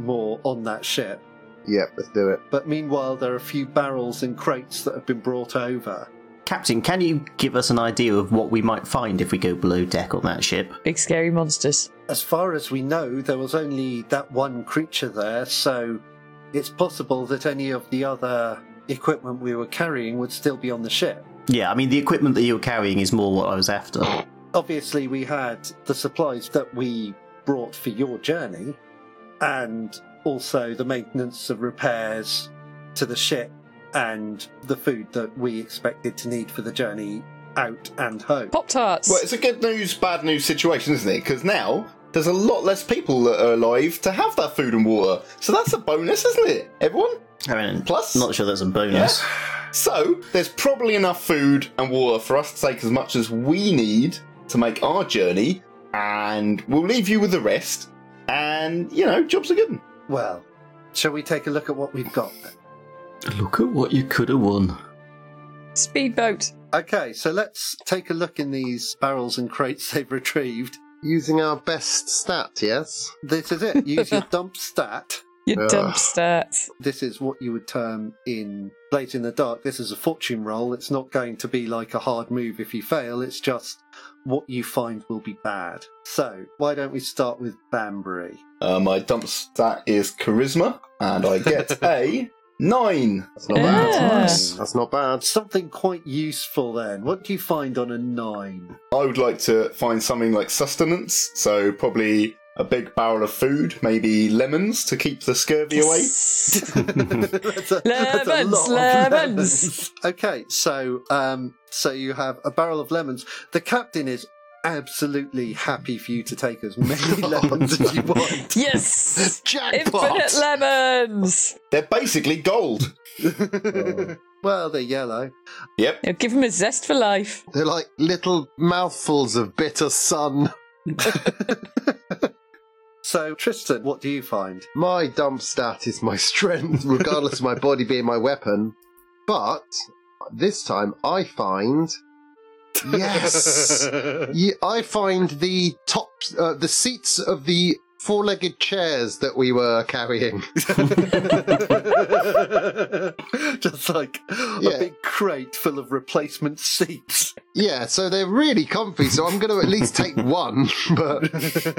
[SPEAKER 2] more on that ship.
[SPEAKER 4] Yep, let's do it.
[SPEAKER 2] But meanwhile, there are a few barrels and crates that have been brought over.
[SPEAKER 1] Captain, can you give us an idea of what we might find if we go below deck on that ship?
[SPEAKER 5] Big scary monsters.
[SPEAKER 2] As far as we know, there was only that one creature there, so it's possible that any of the other equipment we were carrying would still be on the ship.
[SPEAKER 1] Yeah, I mean the equipment that you're carrying is more what I was after.
[SPEAKER 2] Obviously, we had the supplies that we brought for your journey, and also the maintenance of repairs to the ship and the food that we expected to need for the journey out and home.
[SPEAKER 5] Pop Tarts.
[SPEAKER 3] Well, it's a good news, bad news situation, isn't it? Because now there's a lot less people that are alive to have that food and water. So that's a bonus, isn't it? Everyone?
[SPEAKER 1] I mean,
[SPEAKER 3] Plus-
[SPEAKER 1] not sure that's a bonus.
[SPEAKER 3] So there's probably enough food and water for us to take as much as we need to make our journey, and we'll leave you with the rest. And, you know, jobs are good.
[SPEAKER 2] Well, shall we take a look at what we've got then?
[SPEAKER 1] Look at what you could have won.
[SPEAKER 5] Speedboat.
[SPEAKER 2] Okay, so let's take a look in these barrels and crates [laughs] they've retrieved.
[SPEAKER 4] Using our best stat, yes?
[SPEAKER 2] This is it. Use your dump stat.
[SPEAKER 5] You
[SPEAKER 4] Ugh.
[SPEAKER 5] dump stat.
[SPEAKER 2] This is what you would term in Blade in the Dark. This is a fortune roll. It's not going to be like a hard move if you fail. It's just what you find will be bad. So why don't we start with Banbury?
[SPEAKER 3] Uh, my dump stat is charisma, and I get a nine.
[SPEAKER 4] That's not bad.
[SPEAKER 5] Yeah.
[SPEAKER 1] Nice.
[SPEAKER 4] That's not bad.
[SPEAKER 2] Something quite useful then. What do you find on a nine? [laughs]
[SPEAKER 3] I would like to find something like sustenance, so probably a big barrel of food, maybe lemons to keep the scurvy away.
[SPEAKER 2] that's
[SPEAKER 5] [laughs]
[SPEAKER 2] a,
[SPEAKER 5] Lemons,
[SPEAKER 2] lot of
[SPEAKER 5] lemons.
[SPEAKER 2] [laughs] Okay, so um, so you have a barrel of lemons. The captain is absolutely happy for you to take as many [laughs] lemons as you want. [laughs]
[SPEAKER 5] Yes. Infinite
[SPEAKER 4] Jackpot!
[SPEAKER 5] lemons.
[SPEAKER 3] They're basically gold.
[SPEAKER 2] Well, they're yellow.
[SPEAKER 3] Yep.
[SPEAKER 5] Now give him a zest for life.
[SPEAKER 4] They're like little mouthfuls of bitter sun.
[SPEAKER 2] So Tristan, what do you find?
[SPEAKER 4] My dump stat is my [laughs] strength, regardless of my body being my weapon. But this time I find.
[SPEAKER 5] [laughs]
[SPEAKER 4] Yes! Ye- I find the top, uh, the seats of the four legged chairs that we were
[SPEAKER 5] [laughs]
[SPEAKER 4] carrying.
[SPEAKER 2] [laughs] Just like a
[SPEAKER 4] Yeah.
[SPEAKER 2] big crate full of replacement seats.
[SPEAKER 4] Yeah, so they're really comfy, so I'm going to at
[SPEAKER 5] [laughs]
[SPEAKER 4] least take one, but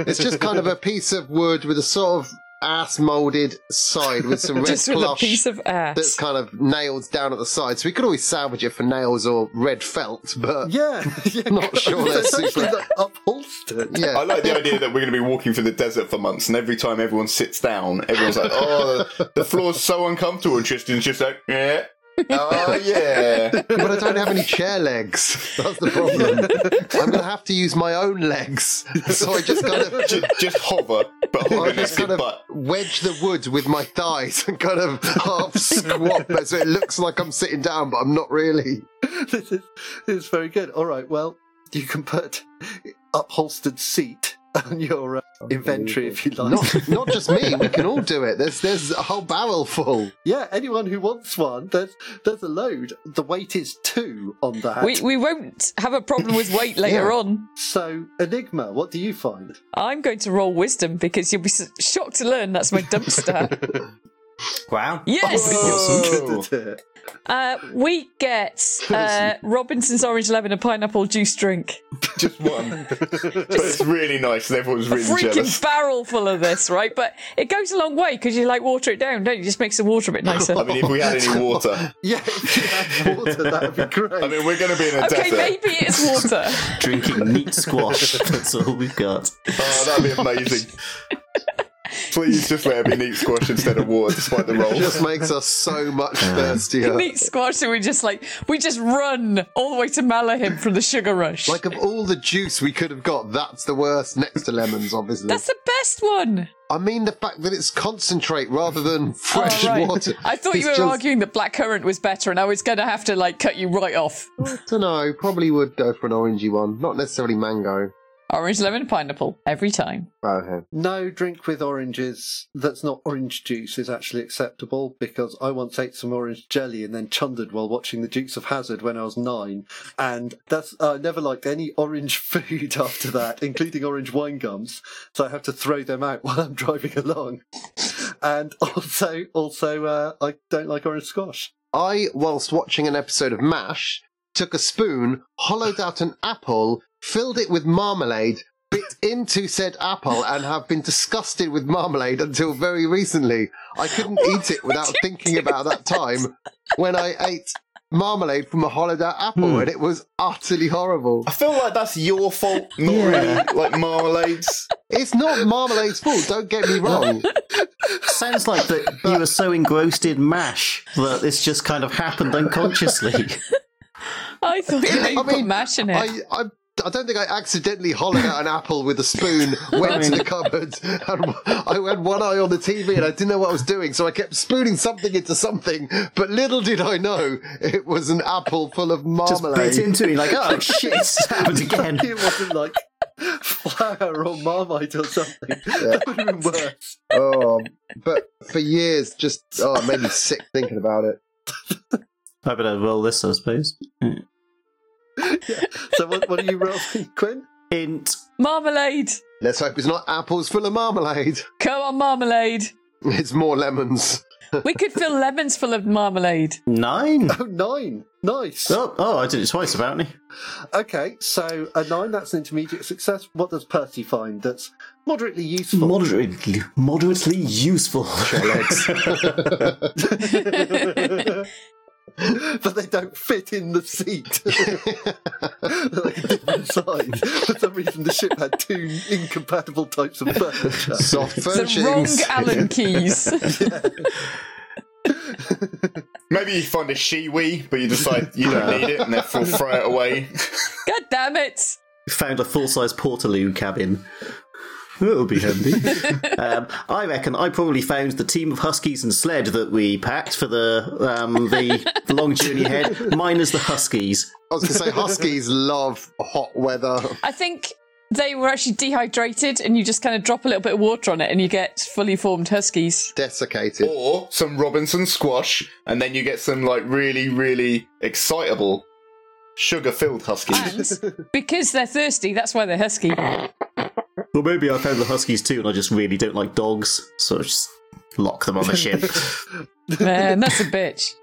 [SPEAKER 4] it's just kind of a piece of wood with a sort of ass molded side
[SPEAKER 5] [laughs]
[SPEAKER 4] with some red
[SPEAKER 5] Just with a
[SPEAKER 4] plush
[SPEAKER 5] piece of
[SPEAKER 4] that's
[SPEAKER 5] ass.
[SPEAKER 4] kind of nailed down at the side. So we could always salvage it for nails or red felt,
[SPEAKER 2] [laughs]
[SPEAKER 4] but
[SPEAKER 2] Yeah, yeah.
[SPEAKER 4] Not sure they're
[SPEAKER 2] It's actually,
[SPEAKER 4] super-
[SPEAKER 2] like, upholstered.
[SPEAKER 4] yeah.
[SPEAKER 3] I like the idea that we're going to be walking through the desert for months, and every time everyone sits down, everyone's like, "Oh, the floor's so uncomfortable." And Tristan's just like, "Yeah, oh yeah."
[SPEAKER 4] but I don't have any chair legs. [laughs] That's the problem. I'm going to have to use my own legs. So I just kind of.
[SPEAKER 3] Just, just hover, but
[SPEAKER 4] I
[SPEAKER 3] holding a
[SPEAKER 4] just
[SPEAKER 3] big
[SPEAKER 4] kind of
[SPEAKER 3] butt.
[SPEAKER 4] wedge the wood with my thighs and kind of half squat, but so it looks like I'm sitting down, but I'm not really.
[SPEAKER 2] [laughs] this, is, this is very good. All right, well, you can put upholstered seat on your uh, inventory if you like.
[SPEAKER 4] Not, not just me. We can all do it. There's there's a whole barrel full.
[SPEAKER 2] yeah, anyone who wants one, there's there's a load. The weight is two on that.
[SPEAKER 5] We, we won't have a problem with
[SPEAKER 2] [laughs]
[SPEAKER 5] weight later on.
[SPEAKER 2] so Enigma, what do you find?
[SPEAKER 5] I'm going to roll wisdom because you'll be s- shocked to learn that's my
[SPEAKER 2] [laughs]
[SPEAKER 5] dump stat.
[SPEAKER 1] Wow.
[SPEAKER 5] yes!
[SPEAKER 2] Oh, You're so good at it.
[SPEAKER 5] Uh, we
[SPEAKER 2] [laughs]
[SPEAKER 5] get uh, Robinson's orange lemon and pineapple juice drink.
[SPEAKER 3] Just one. but it's really nice, and everyone's
[SPEAKER 5] A
[SPEAKER 3] really
[SPEAKER 5] freaking
[SPEAKER 3] jealous.
[SPEAKER 5] barrel full of this, right? But it goes a long way because you like water it down, don't you? Just makes the water
[SPEAKER 2] [laughs]
[SPEAKER 5] a bit nicer.
[SPEAKER 3] I mean, if we had any water,
[SPEAKER 2] Yeah, if you had water, that would be great.
[SPEAKER 3] I mean, we're going to be in a
[SPEAKER 5] okay,
[SPEAKER 3] desert.
[SPEAKER 5] maybe it's
[SPEAKER 4] [laughs]
[SPEAKER 5] water.
[SPEAKER 1] Drinking neat squash. [laughs] That's all we've got.
[SPEAKER 3] Oh, that'd be amazing. Please just let it be neat squash instead of water, despite the roll.
[SPEAKER 4] It just makes us so much thirstier.
[SPEAKER 5] Neat squash, and we just like we just run all the way to Malahim from the sugar rush.
[SPEAKER 4] Like of all the juice we could have got, that's the worst next to lemons, obviously.
[SPEAKER 5] that's the best one.
[SPEAKER 4] I mean the fact that it's concentrate rather than
[SPEAKER 5] Oh,
[SPEAKER 4] fresh
[SPEAKER 5] right. [laughs]
[SPEAKER 4] water.
[SPEAKER 5] I thought
[SPEAKER 4] It's
[SPEAKER 5] you were
[SPEAKER 4] just-
[SPEAKER 5] arguing that black currant was better, and I was going to have to like cut you right off.
[SPEAKER 4] I don't know. Probably would go for an orangey one, not necessarily mango.
[SPEAKER 5] Orange, lemon, pineapple every time.
[SPEAKER 4] Okay.
[SPEAKER 2] No drink with oranges that's not orange juice is actually acceptable because I once ate some orange jelly and then chundered while watching The Dukes of Hazard when I was nine, and that's I never liked any orange [laughs] food after that, including orange wine gums. So I have to throw them out [laughs] while I'm driving along, and [laughs] also also uh, I don't like orange squash.
[SPEAKER 4] I, whilst watching an episode of MASH, took a spoon, hollowed out an apple, filled it with marmalade, bit into said apple, and have been disgusted with marmalade until very recently. I couldn't eat it without thinking about that time when I ate marmalade from a hollowed out apple, and it was utterly horrible.
[SPEAKER 3] I feel like that's your fault, not really like marmalades.
[SPEAKER 4] It's not marmalade's fault, don't get me wrong.
[SPEAKER 1] Sounds like that you were so engrossed in mash that this just kind of happened unconsciously.
[SPEAKER 5] I thought you
[SPEAKER 4] [laughs] I
[SPEAKER 5] put
[SPEAKER 4] mean,
[SPEAKER 5] mash in it.
[SPEAKER 4] I, I, I don't think I accidentally hollowed out an apple with a spoon, went to the cupboard, and I had one eye on the TV and I didn't know what I was doing, so I kept spooning something into something, but little did I know it was an apple full of
[SPEAKER 1] [laughs] just bit
[SPEAKER 4] marmalade.
[SPEAKER 1] into it, like, oh shit, [laughs] it's happened again.
[SPEAKER 2] It wasn't like flour or marmite or something. [laughs] That would have been worse.
[SPEAKER 4] Oh, but for years, just, oh, it made me sick thinking about it.
[SPEAKER 1] I better roll this, I suppose.
[SPEAKER 2] So what, what are you rolling, Quinn?
[SPEAKER 1] Int.
[SPEAKER 5] marmalade.
[SPEAKER 4] Let's hope it's not apples full of marmalade.
[SPEAKER 5] Go on, marmalade.
[SPEAKER 4] It's more lemons.
[SPEAKER 5] We could fill lemons full of
[SPEAKER 4] [laughs]
[SPEAKER 5] marmalade.
[SPEAKER 1] Nine.
[SPEAKER 2] Oh, nine. Nice.
[SPEAKER 1] Oh, oh, I did it twice, apparently.
[SPEAKER 2] Okay, so a nine, that's an intermediate success. What does Percy find that's moderately
[SPEAKER 4] [laughs]
[SPEAKER 2] useful?
[SPEAKER 1] Moderately, moderately useful. [laughs]
[SPEAKER 2] but they don't fit in the
[SPEAKER 4] [laughs]
[SPEAKER 2] seat. They're like a different size. For some reason, the ship had two incompatible types of furniture.
[SPEAKER 4] Soft
[SPEAKER 5] The wrong
[SPEAKER 4] furnishings.
[SPEAKER 5] Allen
[SPEAKER 4] [laughs]
[SPEAKER 5] keys.
[SPEAKER 3] Maybe you find a shiwi, but you decide you don't need it, and therefore throw it away.
[SPEAKER 5] God damn it!
[SPEAKER 1] Found a full size Portaloo cabin. That'll be handy. um, I reckon I probably found the team of huskies and sled that we packed for the um, the long journey ahead, minus the huskies.
[SPEAKER 4] I was going to say, huskies love hot weather.
[SPEAKER 5] I think they were actually dehydrated, and you just kind of drop a little bit of water on it, and you get fully formed huskies.
[SPEAKER 4] Desiccated.
[SPEAKER 3] Or some Robinson squash, and then you get some like really, really excitable sugar-filled huskies.
[SPEAKER 5] And
[SPEAKER 2] [laughs]
[SPEAKER 5] because they're thirsty, that's why they're husky.
[SPEAKER 1] Well, maybe I found the huskies too, and I just really don't like dogs, so I just lock them on the ship.
[SPEAKER 5] Man, that's a bitch.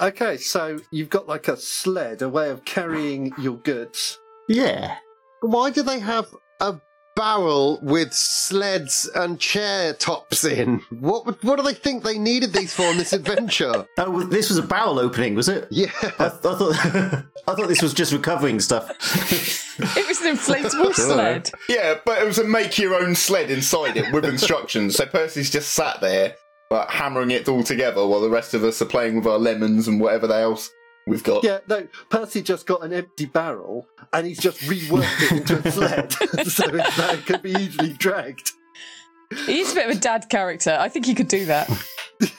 [SPEAKER 2] Okay, so you've got like a sled, a way of carrying your goods.
[SPEAKER 1] yeah.
[SPEAKER 4] Why do they have a barrel with sleds and chair tops in? What would- what do they think they needed these for on this adventure?
[SPEAKER 1] Oh, well, this was a barrel opening, was it?
[SPEAKER 4] Yeah,
[SPEAKER 1] I, I thought [laughs] I thought this was just recovering stuff.
[SPEAKER 5] It was an inflatable sled.
[SPEAKER 3] Yeah, but it was a make your own sled inside it
[SPEAKER 4] [laughs]
[SPEAKER 3] with instructions. so Percy's just sat there, like hammering it all together while the rest of us are playing with our lemons and whatever else we've got.
[SPEAKER 2] Yeah, no, Percy just got an empty barrel and he's just reworked it into a sled. [laughs] so it now can be easily dragged.
[SPEAKER 5] He's a bit of a dad character. I think he could
[SPEAKER 2] [laughs]
[SPEAKER 5] do that.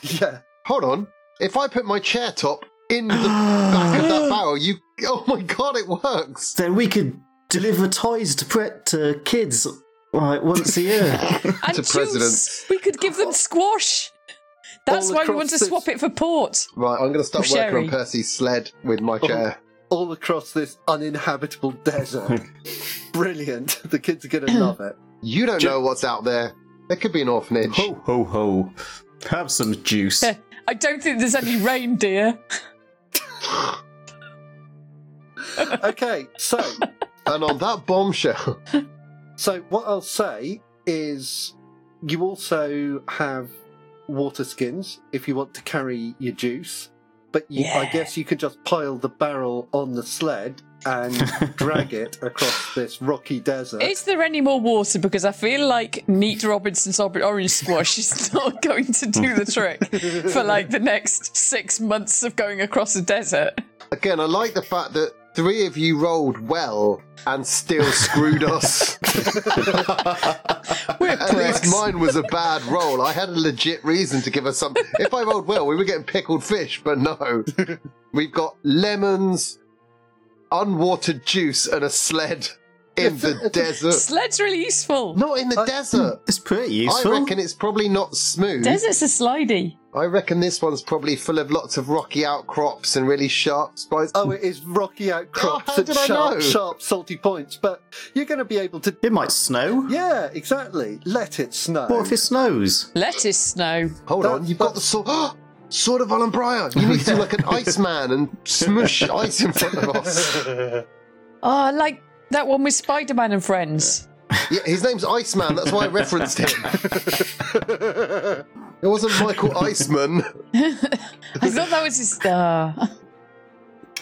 [SPEAKER 2] Yeah.
[SPEAKER 4] hold on. If I put my chair top in
[SPEAKER 5] [gasps]
[SPEAKER 4] the back of that barrel, you oh my god, it works.
[SPEAKER 1] then we could deliver toys to pre- to kids Like once a year.
[SPEAKER 5] And
[SPEAKER 4] To
[SPEAKER 5] juice.
[SPEAKER 4] presidents.
[SPEAKER 5] We could give them squash. That's
[SPEAKER 2] All
[SPEAKER 5] why we
[SPEAKER 2] across
[SPEAKER 5] want to
[SPEAKER 2] this-
[SPEAKER 5] swap it for port.
[SPEAKER 4] Right, I'm going to start
[SPEAKER 5] For
[SPEAKER 4] working
[SPEAKER 5] Sherry.
[SPEAKER 4] on Percy's sled with my chair.
[SPEAKER 2] all across this uninhabitable desert. Brilliant. The kids are going to love it.
[SPEAKER 4] You don't know what's out there. There could be an orphanage.
[SPEAKER 1] Ho ho ho! Have some juice.
[SPEAKER 5] I don't think there's any reindeer.
[SPEAKER 2] Okay, so
[SPEAKER 4] And on that bombshell,
[SPEAKER 2] so what I'll say is you also have water skins if you want to carry your juice. But you, I
[SPEAKER 5] Yeah.
[SPEAKER 2] guess you can just pile the barrel on the sled and drag it across this rocky desert.
[SPEAKER 5] Is there any more water? Because I feel like Neat Robinson's or- orange squash is [laughs] not going to do the trick for like the next six months of going across a desert.
[SPEAKER 4] again, I like the fact that three of you rolled well and still screwed us.
[SPEAKER 5] We're
[SPEAKER 4] At least
[SPEAKER 5] pricks.
[SPEAKER 4] mine was a bad roll. I had a legit reason to give us some. If I rolled well, we were getting pickled fish, but
[SPEAKER 2] [laughs]
[SPEAKER 4] no. We've got lemons, unwatered juice, and a sled
[SPEAKER 2] [laughs]
[SPEAKER 4] in the desert.
[SPEAKER 5] Sled's really useful.
[SPEAKER 4] Not in
[SPEAKER 2] Uh,
[SPEAKER 4] the desert.
[SPEAKER 1] It's pretty
[SPEAKER 4] I
[SPEAKER 1] useful.
[SPEAKER 4] reckon it's probably not smooth.
[SPEAKER 5] Desert's a slidey.
[SPEAKER 4] I reckon this one's probably full of lots of rocky outcrops and really sharp spikes.
[SPEAKER 2] Oh, it is rocky outcrops
[SPEAKER 4] Oh, how
[SPEAKER 2] and
[SPEAKER 4] did I know?
[SPEAKER 2] sharp, sharp, salty points. But you're going to be able to.
[SPEAKER 1] It might snow.
[SPEAKER 2] Yeah, exactly. Let it snow.
[SPEAKER 1] What if it snows?
[SPEAKER 5] Lettuce snow.
[SPEAKER 4] Hold
[SPEAKER 2] that-
[SPEAKER 4] on, you've got the sword. [gasps] Sword of Alambrion. You need to do
[SPEAKER 2] [laughs]
[SPEAKER 4] like an Iceman and smush ice in front of us.
[SPEAKER 5] Oh, I like that one with Spider Man and friends.
[SPEAKER 4] Yeah, his name's Iceman. That's why I referenced him. it wasn't Michael Iceman.
[SPEAKER 5] I thought that was his. Uh, [laughs]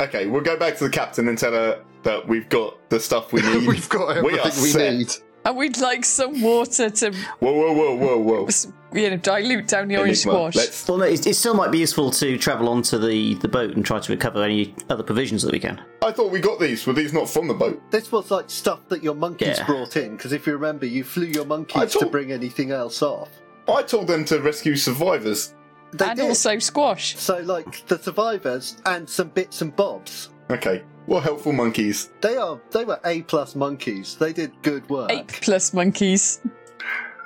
[SPEAKER 3] Okay, we'll go back to the captain and tell her that we've got the stuff
[SPEAKER 4] [laughs]
[SPEAKER 3] we need.
[SPEAKER 4] We've got
[SPEAKER 3] We are
[SPEAKER 4] everything we,
[SPEAKER 3] set.
[SPEAKER 4] need.
[SPEAKER 5] and we'd like some water to
[SPEAKER 3] Whoa, whoa, whoa, whoa, whoa.
[SPEAKER 5] you know, dilute down the orange
[SPEAKER 3] Enigma.
[SPEAKER 5] squash.
[SPEAKER 3] Let's
[SPEAKER 1] Well, no, it, it still might be useful to travel onto the, the boat and try to recover any other provisions that we can.
[SPEAKER 3] I thought we got these. Were these not from the boat?
[SPEAKER 2] This was like stuff that your monkeys
[SPEAKER 1] Yeah.
[SPEAKER 2] brought in, because if you remember, you flew your
[SPEAKER 3] I
[SPEAKER 2] monkeys
[SPEAKER 3] thought-
[SPEAKER 2] to bring anything else off.
[SPEAKER 3] I told them to rescue survivors.
[SPEAKER 2] They
[SPEAKER 5] and
[SPEAKER 2] did.
[SPEAKER 5] also squash.
[SPEAKER 2] So, like, the survivors and some bits and bobs.
[SPEAKER 3] Okay, what helpful monkeys.
[SPEAKER 2] They are they were A plus monkeys. They did good work.
[SPEAKER 5] Ape plus monkeys.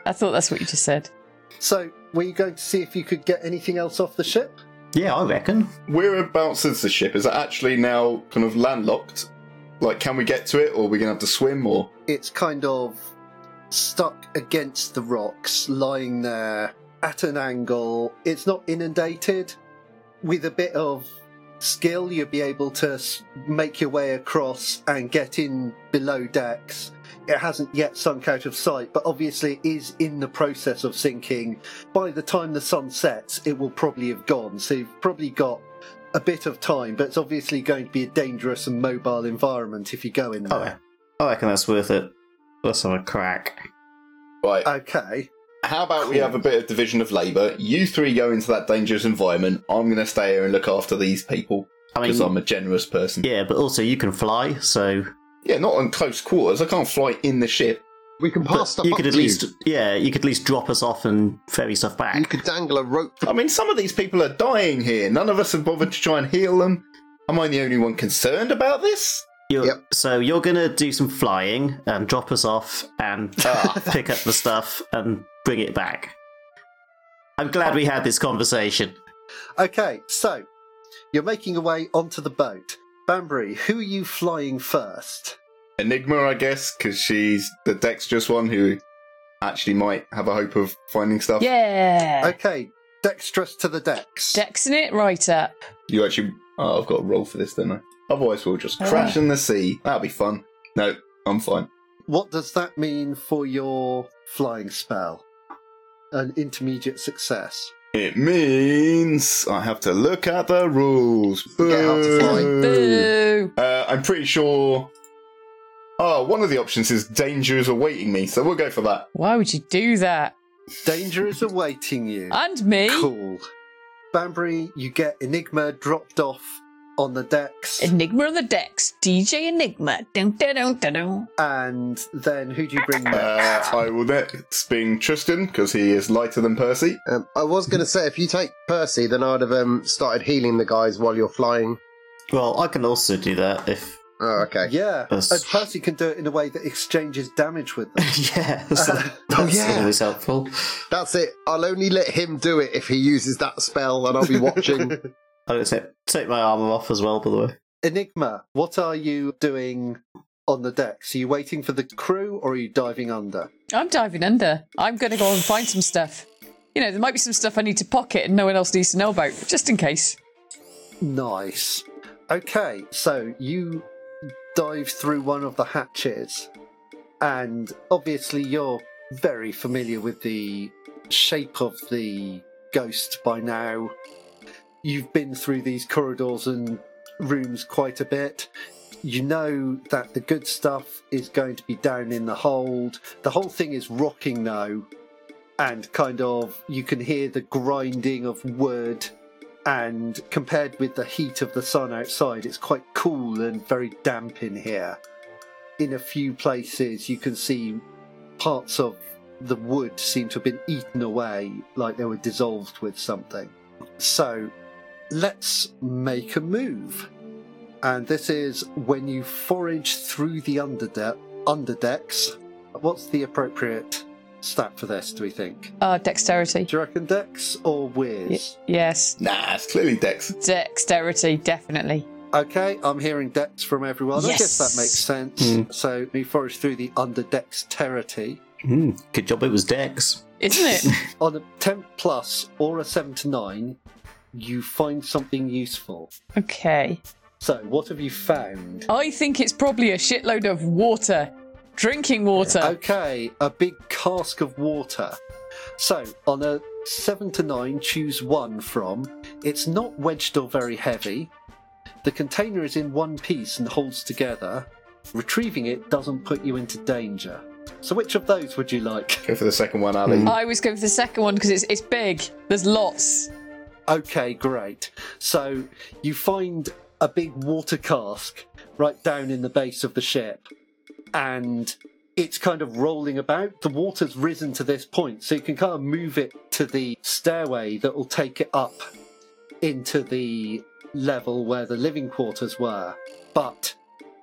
[SPEAKER 5] I thought that's what you just said.
[SPEAKER 2] So were you going to see if you could get anything else off the ship?
[SPEAKER 1] Yeah, I reckon.
[SPEAKER 3] Whereabouts is the ship? Is it actually now kind of landlocked? Like, can we get to it, or are we gonna have to swim? Or
[SPEAKER 2] It's kind of stuck against the rocks, lying there at an angle. It's not inundated. With a bit of skill, you'll be able to s- make your way across and get in below decks. It hasn't yet sunk out of sight, but obviously it is in the process of sinking. By the time the sun sets, it will probably have gone. So you've probably got a bit of time, but it's obviously going to be a dangerous and mobile environment if you go in there.
[SPEAKER 1] Oh, yeah. I reckon that's worth it. Let's have a crack.
[SPEAKER 3] right,
[SPEAKER 2] Uh, Okay.
[SPEAKER 3] how about we have a bit of division of labour? You three go into that dangerous environment. I'm gonna stay here and look after these people
[SPEAKER 1] I mean,
[SPEAKER 3] because I'm a generous person.
[SPEAKER 1] yeah, but also you can fly, so
[SPEAKER 3] yeah, not on close quarters. I can't fly in the ship.
[SPEAKER 4] We can
[SPEAKER 1] but
[SPEAKER 4] pass stuff
[SPEAKER 1] you
[SPEAKER 4] up
[SPEAKER 1] could at
[SPEAKER 4] to
[SPEAKER 1] least
[SPEAKER 4] you.
[SPEAKER 1] yeah, you could at least drop us off and ferry stuff back.
[SPEAKER 4] You could dangle a rope.
[SPEAKER 3] I mean, some of these people are dying here. None of us have bothered to try and heal them. Am I the only one concerned about this?
[SPEAKER 1] You're-
[SPEAKER 4] Yep.
[SPEAKER 1] So you're gonna do some flying and drop us off [laughs] and pick up the stuff and bring it back. I'm glad we had this conversation.
[SPEAKER 2] Okay, so you're making your way onto the boat. Banbury, who are you flying first?
[SPEAKER 3] Enigma, I guess, because she's the dexterous one who actually might have a hope of finding stuff.
[SPEAKER 5] Yeah.
[SPEAKER 2] Okay, dexterous to the decks.
[SPEAKER 5] Dexing it right up.
[SPEAKER 3] You actually. Oh, I've got a roll for this, don't I? Otherwise, we'll just
[SPEAKER 5] Ah.
[SPEAKER 3] crash in the sea. That'll be fun. No, I'm fine.
[SPEAKER 2] what does that mean for your flying spell? An intermediate success.
[SPEAKER 3] It means I have to look at the rules.
[SPEAKER 4] Forget how to fly.
[SPEAKER 3] Boo.
[SPEAKER 5] Boo.
[SPEAKER 3] Uh, I'm pretty sure. Oh, one of the options is danger is awaiting me, so we'll go for that.
[SPEAKER 5] Why would you do that?
[SPEAKER 2] Danger is awaiting
[SPEAKER 5] [laughs]
[SPEAKER 2] you.
[SPEAKER 5] And me.
[SPEAKER 2] Cool. Banbury, you get Enigma dropped off on the decks.
[SPEAKER 5] Enigma on the decks. DJ Enigma. Dun, dun, dun, dun, dun.
[SPEAKER 2] and then who do you bring
[SPEAKER 3] Uh,
[SPEAKER 2] next?
[SPEAKER 3] I will next being Tristan because he is lighter than Percy.
[SPEAKER 4] Um, I was going to say, if you take Percy, then I'd have um, started healing the guys while you're flying.
[SPEAKER 1] Well, I can also do that if [laughs]
[SPEAKER 4] Oh, okay.
[SPEAKER 2] Yeah,
[SPEAKER 1] That's-
[SPEAKER 2] and Percy can do it in a way that exchanges damage with them.
[SPEAKER 1] yeah, [laughs] that's, that's
[SPEAKER 2] yeah.
[SPEAKER 1] always helpful.
[SPEAKER 4] That's it. I'll only let him do it if he uses that spell, and I'll be watching.
[SPEAKER 1] I'm going to take, take my armour off as well, by the way.
[SPEAKER 2] Enigma, what are you doing on the decks? Are you waiting for the crew or are you diving under?
[SPEAKER 5] I'm diving under. I'm going to go and find some stuff. You know, there might be some stuff I need to pocket and no one else needs to know about, just in case.
[SPEAKER 2] Nice. Okay, so you dive through one of the hatches, and obviously you're very familiar with the shape of the ghost by now. You've been through these corridors and rooms quite a bit. You know that the good stuff is going to be down in the hold. The whole thing is rocking now, and kind of you can hear the grinding of wood and compared with the heat of the sun outside, it's quite cool and very damp in here. In a few places, you can see parts of the wood seem to have been eaten away, like they were dissolved with something. So, let's make a move. And this is when you forage through the underde- underdecks. What's the appropriate stat for this, do we think?
[SPEAKER 5] Ah, dexterity.
[SPEAKER 2] Do you reckon dex or whiz?
[SPEAKER 5] Yes,
[SPEAKER 3] Nah, it's clearly Dex.
[SPEAKER 5] dexterity, definitely.
[SPEAKER 2] Okay, I'm hearing decks from everyone. I guess
[SPEAKER 5] Yes.
[SPEAKER 2] that makes sense. So we forage through the under dexterity.
[SPEAKER 1] Hmm, good job it was Dex.
[SPEAKER 5] Isn't it?
[SPEAKER 2] On a 10 plus or a 7 to 9, you find something useful.
[SPEAKER 5] okay.
[SPEAKER 2] So what have you found?
[SPEAKER 5] I think it's probably a shitload of water. Drinking water.
[SPEAKER 2] Okay, a big cask of water. So on a 7 to 9, choose one from. It's not wedged or very heavy. The container is in one piece and holds together. Retrieving it doesn't put you into danger. So which of those would you like?
[SPEAKER 3] Go for the second one, Ali.
[SPEAKER 5] I always go for the second one because it's, it's big. There's lots.
[SPEAKER 2] Okay, great. So you find a big water cask right down in the base of the ship, and it's kind of rolling about. The water's risen to this point, so you can kind of move it to the stairway that will take it up into the level where the living quarters were. But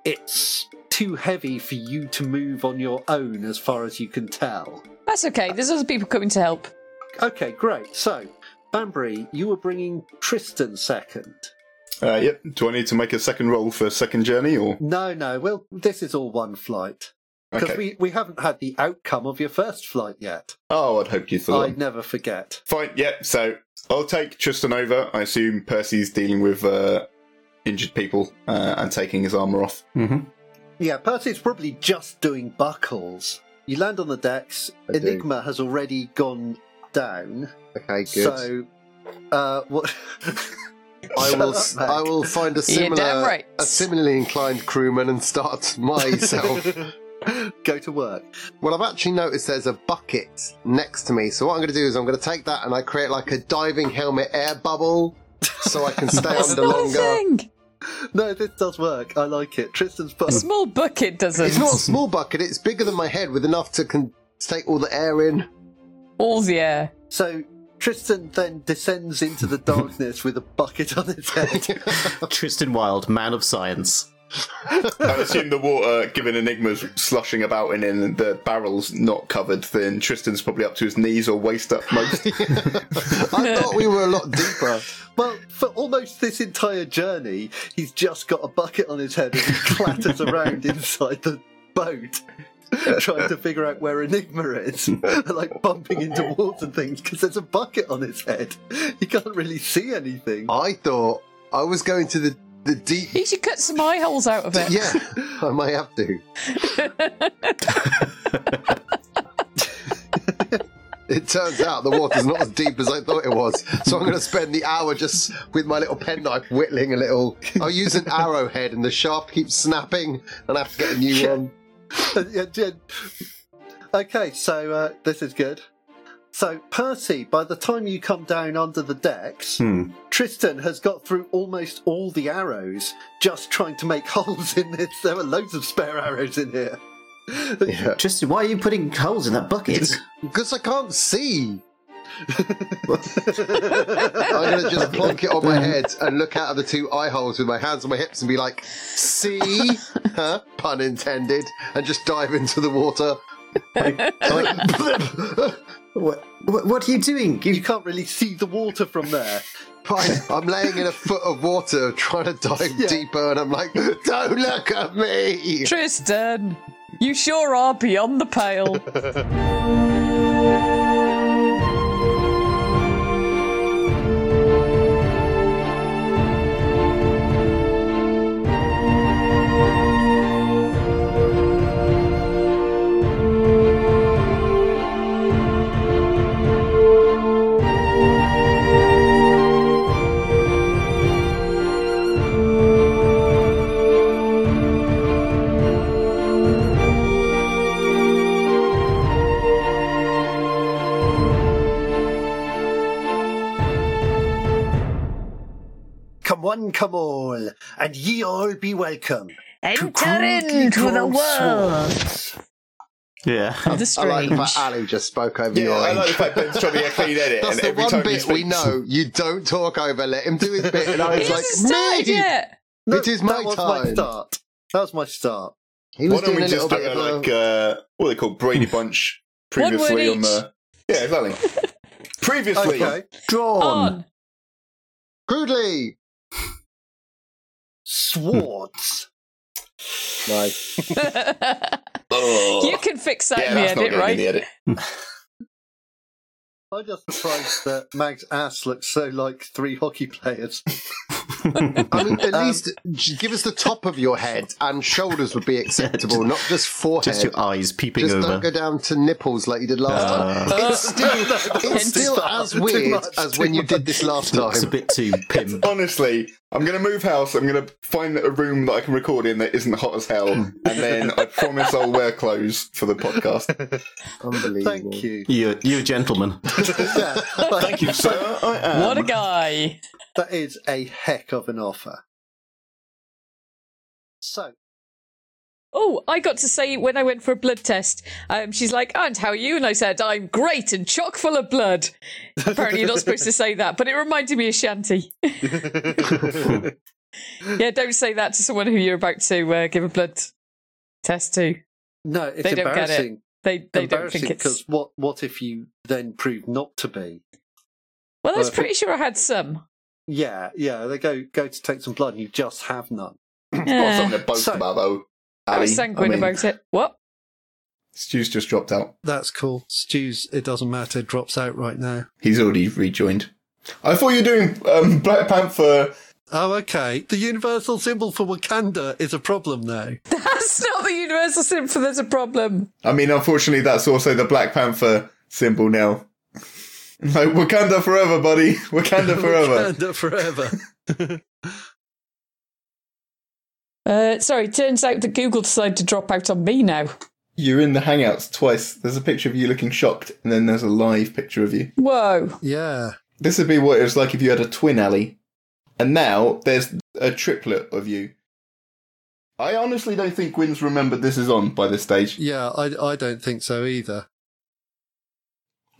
[SPEAKER 2] it's too heavy for you to move on your own, as far as you can tell.
[SPEAKER 5] That's okay. There's other people coming to help.
[SPEAKER 2] Okay, great. So, Banbury, you were bringing Tristan second.
[SPEAKER 3] Uh, yep. Do I need to make a second roll for a second journey or?
[SPEAKER 2] No, no. Well, this is all one flight because
[SPEAKER 3] Okay.
[SPEAKER 2] we, we haven't had the outcome of your first flight yet.
[SPEAKER 3] Oh, I'd hoped you
[SPEAKER 2] I
[SPEAKER 3] thought.
[SPEAKER 2] never forget.
[SPEAKER 3] Fine. Yep. So I'll take Tristan over. I assume Percy's dealing with uh, injured people uh, and taking his armor
[SPEAKER 4] [laughs]
[SPEAKER 3] off.
[SPEAKER 2] Yeah, Percy's probably just doing buckles. You land on the decks.
[SPEAKER 4] I do.
[SPEAKER 2] Enigma has already gone down.
[SPEAKER 4] Okay, good.
[SPEAKER 2] So, uh, what? [laughs]
[SPEAKER 4] I
[SPEAKER 2] Shut
[SPEAKER 4] will.
[SPEAKER 2] up,
[SPEAKER 4] s-
[SPEAKER 2] Meg.
[SPEAKER 4] I will find a
[SPEAKER 5] You're damn
[SPEAKER 4] similar,
[SPEAKER 5] right.
[SPEAKER 4] a similarly inclined crewman and start [laughs] myself.
[SPEAKER 2] Go to work.
[SPEAKER 4] well, I've actually noticed there's a bucket next to me, so what I'm going to do is I'm going to take that and I create like a diving helmet air bubble, so I can stay
[SPEAKER 5] That's
[SPEAKER 4] under
[SPEAKER 5] not a
[SPEAKER 4] longer.
[SPEAKER 5] thing.
[SPEAKER 2] No, this does work. I like it. Tristan's
[SPEAKER 5] A
[SPEAKER 4] [laughs]
[SPEAKER 2] put.
[SPEAKER 5] small bucket doesn't.
[SPEAKER 4] It's not a small bucket; it's bigger than my head, with enough to con- to take all the air in.
[SPEAKER 5] All the air.
[SPEAKER 2] So Tristan then descends into
[SPEAKER 4] [laughs]
[SPEAKER 2] the darkness with a bucket on his head.
[SPEAKER 1] Tristan Wilde, man of science.
[SPEAKER 3] I assume the water, given Enigma's slushing about in it and the barrel's not covered, then Tristan's probably up to his knees or waist up
[SPEAKER 4] [laughs]
[SPEAKER 3] most.
[SPEAKER 4] I thought we were a lot deeper.
[SPEAKER 2] Well, for almost this entire journey, he's just got a bucket on his head and he clatters around inside the boat, trying to figure out where Enigma is, [laughs] like bumping into walls and things because there's a bucket on his head. He can't really see anything.
[SPEAKER 4] I thought I was going to the the deep.
[SPEAKER 5] You should cut some eye holes out of it.
[SPEAKER 4] Yeah, I might have to. It turns out the water's not as deep as I thought it was, so I'm going to spend the hour just with my little penknife whittling a little. I'll use an arrowhead, and the sharp keeps snapping, and I have to get a new
[SPEAKER 2] Yeah.
[SPEAKER 4] one.
[SPEAKER 2] Uh, yeah, yeah. Okay, so uh, this is good. So, Percy, by the time you come down under the decks,
[SPEAKER 1] Hmm.
[SPEAKER 2] Tristan has got through almost all the arrows just trying to make [laughs] holes in this. There are loads of spare arrows in here. [laughs]
[SPEAKER 1] Uh. [laughs] Tristan, why are you putting holes in that bucket?
[SPEAKER 4] Because I can't see. I'm going to
[SPEAKER 8] [laughs]
[SPEAKER 4] just plonk it on my head and look out of the two eye holes with my hands on my hips and be like, see?
[SPEAKER 8] [laughs]
[SPEAKER 4] Huh? Pun intended. And just dive into the water. [laughs]
[SPEAKER 1] What, what, what are you doing? You,
[SPEAKER 8] You can't really see the water from there.
[SPEAKER 4] Fine. I'm laying in a foot of water trying to dive deeper and I'm like, don't look at me!
[SPEAKER 5] Tristan, you sure are beyond the pale.
[SPEAKER 8] Come one, come all, and ye all be welcome.
[SPEAKER 10] Enter into the world.
[SPEAKER 1] yeah. [laughs]
[SPEAKER 5] the
[SPEAKER 4] I like
[SPEAKER 5] strange.
[SPEAKER 4] the fact Ali just spoke over
[SPEAKER 3] Yeah,
[SPEAKER 4] your
[SPEAKER 3] I
[SPEAKER 4] own.
[SPEAKER 3] like the fact Ben's trying to be a clean edit,
[SPEAKER 4] That's
[SPEAKER 3] and
[SPEAKER 4] the
[SPEAKER 3] every
[SPEAKER 4] one
[SPEAKER 3] time he
[SPEAKER 4] bit we
[SPEAKER 3] speaks-
[SPEAKER 4] know you don't talk over. Let him do his bit, and I
[SPEAKER 5] He
[SPEAKER 4] was like,
[SPEAKER 5] hasn't started
[SPEAKER 4] "Me,
[SPEAKER 5] yet.
[SPEAKER 4] it is my
[SPEAKER 8] that was my
[SPEAKER 4] time."
[SPEAKER 8] start. That was my start.
[SPEAKER 4] he
[SPEAKER 3] Why
[SPEAKER 4] was
[SPEAKER 3] don't
[SPEAKER 4] doing
[SPEAKER 3] we
[SPEAKER 4] a little
[SPEAKER 3] just do
[SPEAKER 4] bit
[SPEAKER 3] it
[SPEAKER 4] of a,
[SPEAKER 3] like uh, what are they called Brady Bunch
[SPEAKER 5] One word
[SPEAKER 3] previously on
[SPEAKER 5] each.
[SPEAKER 3] the yeah exactly
[SPEAKER 5] [laughs]
[SPEAKER 3] previously
[SPEAKER 8] Okay.
[SPEAKER 1] Drawn.
[SPEAKER 5] On.
[SPEAKER 4] crudely.
[SPEAKER 8] Swords.
[SPEAKER 4] Nice.
[SPEAKER 3] Ugh.
[SPEAKER 5] [laughs] you can fix that
[SPEAKER 3] yeah
[SPEAKER 5] in the
[SPEAKER 3] that's not getting
[SPEAKER 5] edit,
[SPEAKER 3] in
[SPEAKER 5] right?
[SPEAKER 3] the edit
[SPEAKER 8] I'm just surprised that Mag's ass looks so like three hockey players.
[SPEAKER 4] I mean,
[SPEAKER 8] [laughs] Um,
[SPEAKER 4] at least j- give us the top of your head and shoulders would be acceptable, not just forehead.
[SPEAKER 1] Uh, Just
[SPEAKER 4] Just,
[SPEAKER 1] your eyes peeping
[SPEAKER 4] don't
[SPEAKER 1] over.
[SPEAKER 4] go down to nipples like you did last time.
[SPEAKER 8] [laughs]
[SPEAKER 4] It's still, it's still as
[SPEAKER 8] Uh, Too
[SPEAKER 4] weird
[SPEAKER 8] much,
[SPEAKER 4] as
[SPEAKER 8] too
[SPEAKER 4] when you did this last
[SPEAKER 1] It's a
[SPEAKER 4] time.
[SPEAKER 1] bit too [laughs] pimp.
[SPEAKER 3] honestly I'm gonna move house I'm gonna find a room that I can record in that isn't hot as hell and then I promise I'll wear clothes for the podcast
[SPEAKER 4] Unbelievable.
[SPEAKER 8] Thank you.
[SPEAKER 1] You're, you're a gentleman.
[SPEAKER 5] [laughs]
[SPEAKER 8] Yeah, like,
[SPEAKER 3] thank [laughs] you sir I am
[SPEAKER 5] What a guy.
[SPEAKER 8] that is a heck of an offer. So,
[SPEAKER 5] Oh, I got to say when I went for a blood test, um, she's like, "And how are you?" And I said, "I'm great and chock full of blood." Apparently, you're not supposed to say that, but it reminded me of Shanti. [laughs] yeah, don't say that to someone who you're about to uh, give a blood test to.
[SPEAKER 8] no,
[SPEAKER 5] They don't
[SPEAKER 8] it's
[SPEAKER 5] get it.
[SPEAKER 8] embarrassing.
[SPEAKER 5] They they don't
[SPEAKER 8] embarrassing
[SPEAKER 5] think
[SPEAKER 8] because
[SPEAKER 5] it's.
[SPEAKER 8] what, what if you then prove not to be?
[SPEAKER 5] Well, I was
[SPEAKER 3] uh,
[SPEAKER 8] Well,
[SPEAKER 5] pretty sure I had some.
[SPEAKER 8] Yeah, yeah, they go go to [laughs] take some blood and you just have none.
[SPEAKER 3] Got
[SPEAKER 5] Yeah,
[SPEAKER 3] something to boast
[SPEAKER 8] So-
[SPEAKER 3] about though
[SPEAKER 5] I
[SPEAKER 3] Ali.
[SPEAKER 5] was sanguine
[SPEAKER 3] I mean,
[SPEAKER 5] about it. What? [laughs]
[SPEAKER 3] Stu's just dropped out
[SPEAKER 8] That's cool. Stews, it doesn't matter, drops out right now.
[SPEAKER 3] he's already rejoined I thought you were doing um, Black Panther
[SPEAKER 8] Oh, okay. The universal symbol for Wakanda is a problem now.
[SPEAKER 5] That's not the universal symptom. There's a problem.
[SPEAKER 3] I mean, unfortunately, that's also the Black Panther symbol now. [laughs] like, Wakanda forever, buddy. [laughs] Wakanda forever.
[SPEAKER 8] Wakanda forever.
[SPEAKER 5] Uh, sorry, turns out that Google decided to drop out on me now.
[SPEAKER 3] You're in the Hangouts twice. There's a picture of you looking shocked, and then there's a live picture of you.
[SPEAKER 5] Whoa.
[SPEAKER 8] yeah.
[SPEAKER 3] This would be what it was like if you had a twin, Ali. And now there's a triplet of you. I honestly don't think Gwyn's remembered this is on by this stage.
[SPEAKER 8] Yeah, I, I don't think so either.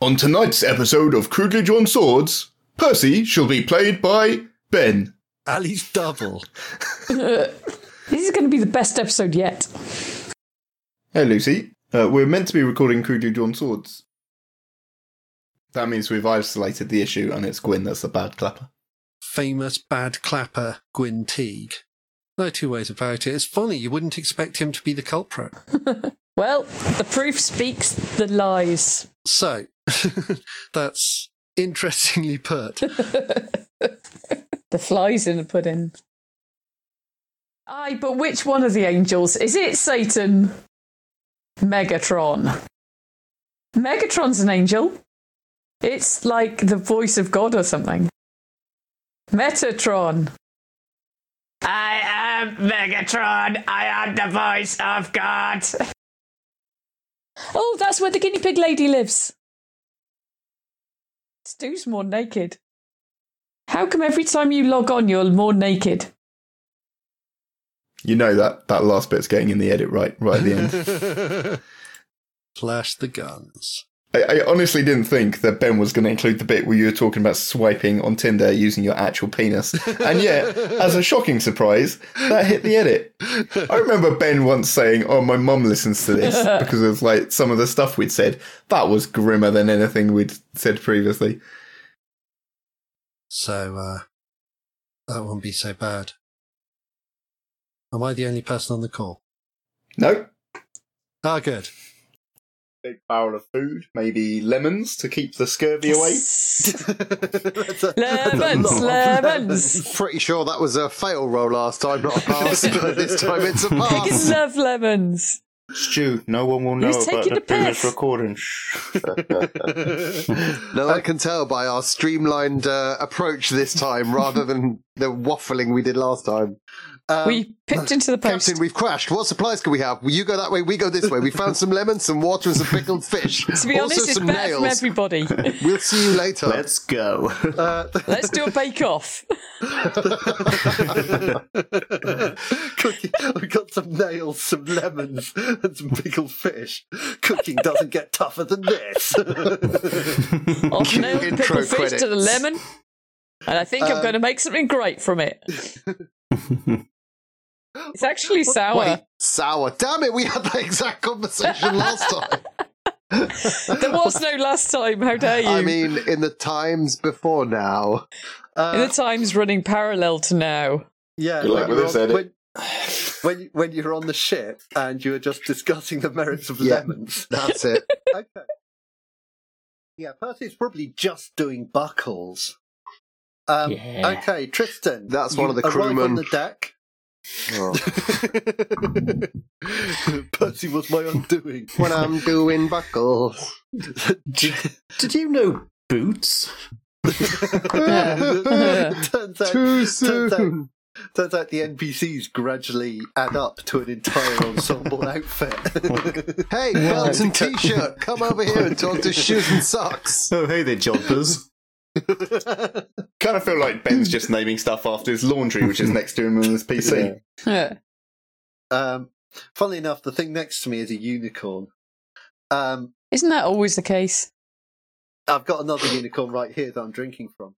[SPEAKER 3] On tonight's episode of Crudely Drawn Swords, Percy shall be played by Ben.
[SPEAKER 8] Ali's double.
[SPEAKER 5] This is going to be the best episode yet.
[SPEAKER 3] Hey Lucy, uh, we're meant to be recording Crudely Drawn Swords. That means we've isolated the issue and it's Gwyn that's the bad clapper.
[SPEAKER 8] Famous bad clapper, Gwyn Teague. No two ways about it. It's funny, you wouldn't expect him to be the culprit.
[SPEAKER 5] Well, the proof speaks the lies.
[SPEAKER 8] So, [laughs] that's interestingly put.
[SPEAKER 5] The flies in the pudding. Aye, but which one of the angels? Is it Satan? Megatron. Megatron's an angel. It's like the voice of God or something. Metatron.
[SPEAKER 10] I am Megatron. I am the voice of God.
[SPEAKER 5] Oh, that's where the guinea pig lady lives. Stu's more naked. How come every time you log on, you're more naked?
[SPEAKER 3] You know that that last bit's getting in the edit right right at the end.
[SPEAKER 8] Flash the guns.
[SPEAKER 3] I, I honestly didn't think that Ben was going to include the bit where you were talking about swiping on Tinder using your actual penis. And yet, as a shocking surprise, that hit the edit. I remember Ben once saying, Oh, my mum listens to this because of like some of the stuff we'd said. That was grimmer than anything we'd said previously.
[SPEAKER 2] So uh, that won't be so bad. Am I the only person on the call?
[SPEAKER 3] No.
[SPEAKER 2] Ah, good.
[SPEAKER 3] Big barrel of food, maybe lemons to keep the scurvy
[SPEAKER 4] [laughs]
[SPEAKER 3] away. [laughs]
[SPEAKER 2] That's a-
[SPEAKER 5] Lemons, lemons.
[SPEAKER 4] [laughs] Pretty sure that was a fail roll last time, not a
[SPEAKER 8] [laughs]
[SPEAKER 4] pass, but this time it's a
[SPEAKER 5] Fucking
[SPEAKER 4] pass.
[SPEAKER 5] love lemons.
[SPEAKER 3] Stu, no one will know
[SPEAKER 5] Who's
[SPEAKER 3] about
[SPEAKER 5] taking
[SPEAKER 3] the
[SPEAKER 5] the piss?
[SPEAKER 3] penis recording. Shh.
[SPEAKER 4] Now I can tell by our streamlined uh, approach this time, rather than the waffling we did last time.
[SPEAKER 2] Um,
[SPEAKER 5] we pipped into the post.
[SPEAKER 4] Captain, we've crashed. What supplies can we have? Well, you go that way, we go this way. We found some lemons, some water, and some
[SPEAKER 5] [laughs]
[SPEAKER 4] pickled fish.
[SPEAKER 5] to be
[SPEAKER 4] also
[SPEAKER 5] honest, it's
[SPEAKER 4] some
[SPEAKER 5] better from
[SPEAKER 4] nails. [laughs]
[SPEAKER 5] everybody.
[SPEAKER 4] We'll see you later.
[SPEAKER 1] Let's go.
[SPEAKER 5] Let's do a bake
[SPEAKER 4] [laughs]
[SPEAKER 5] off.
[SPEAKER 2] cooking. I've got some nails, some lemons, and some pickled fish. Cooking doesn't get tougher than
[SPEAKER 5] [laughs]
[SPEAKER 8] [laughs]
[SPEAKER 2] this.
[SPEAKER 5] Off nailed
[SPEAKER 4] Intro
[SPEAKER 5] pickled fish
[SPEAKER 4] credits.
[SPEAKER 5] to the lemon. And I think I'm
[SPEAKER 2] Um,
[SPEAKER 5] going to make something great from
[SPEAKER 4] [laughs]
[SPEAKER 5] it. it's actually sour.
[SPEAKER 4] Wait, sour. Damn it, we had that
[SPEAKER 5] [laughs]
[SPEAKER 4] exact conversation last time.
[SPEAKER 5] There was no last time. How dare you?
[SPEAKER 4] I mean, in the times before now.
[SPEAKER 5] In the
[SPEAKER 4] uh,
[SPEAKER 5] times running parallel to
[SPEAKER 4] [laughs]
[SPEAKER 5] now. [laughs]
[SPEAKER 2] Yeah,
[SPEAKER 3] Good luck
[SPEAKER 2] when
[SPEAKER 3] with
[SPEAKER 2] you're
[SPEAKER 3] this
[SPEAKER 2] on-
[SPEAKER 3] edit.
[SPEAKER 2] When, when when you're on the ship and you are just discussing the merits of
[SPEAKER 4] Yeah.
[SPEAKER 2] lemons. [laughs]
[SPEAKER 4] That's it.
[SPEAKER 2] Okay. Yeah, Percy's probably just doing buckles. Um,
[SPEAKER 1] Yeah.
[SPEAKER 2] Okay, Tristan.
[SPEAKER 4] That's one
[SPEAKER 2] you
[SPEAKER 4] of the
[SPEAKER 2] arrive
[SPEAKER 4] crewmen.
[SPEAKER 2] on the deck.
[SPEAKER 4] Oh.
[SPEAKER 2] Percy was
[SPEAKER 4] [laughs]
[SPEAKER 2] my undoing. [laughs]
[SPEAKER 4] When I'm doing buckles.
[SPEAKER 1] [laughs] Did you know boots?
[SPEAKER 2] turns out,
[SPEAKER 4] Too
[SPEAKER 2] [laughs] turns out
[SPEAKER 4] soon.
[SPEAKER 2] Turns out the NPCs gradually add up to an entire
[SPEAKER 4] [laughs]
[SPEAKER 2] ensemble outfit. [laughs]
[SPEAKER 4] Hey, belt and t-shirt, come over here and talk to shoes and socks.
[SPEAKER 1] Oh, hey there, [laughs] jobbers.
[SPEAKER 3] Kind of feel like Ben's just naming stuff after his laundry, which is next to him on his PC.
[SPEAKER 5] [laughs] Yeah.
[SPEAKER 2] um, funnily enough, the thing next to me is a unicorn. Um,
[SPEAKER 5] Isn't that always the case?
[SPEAKER 2] I've got another unicorn right here that I'm drinking from.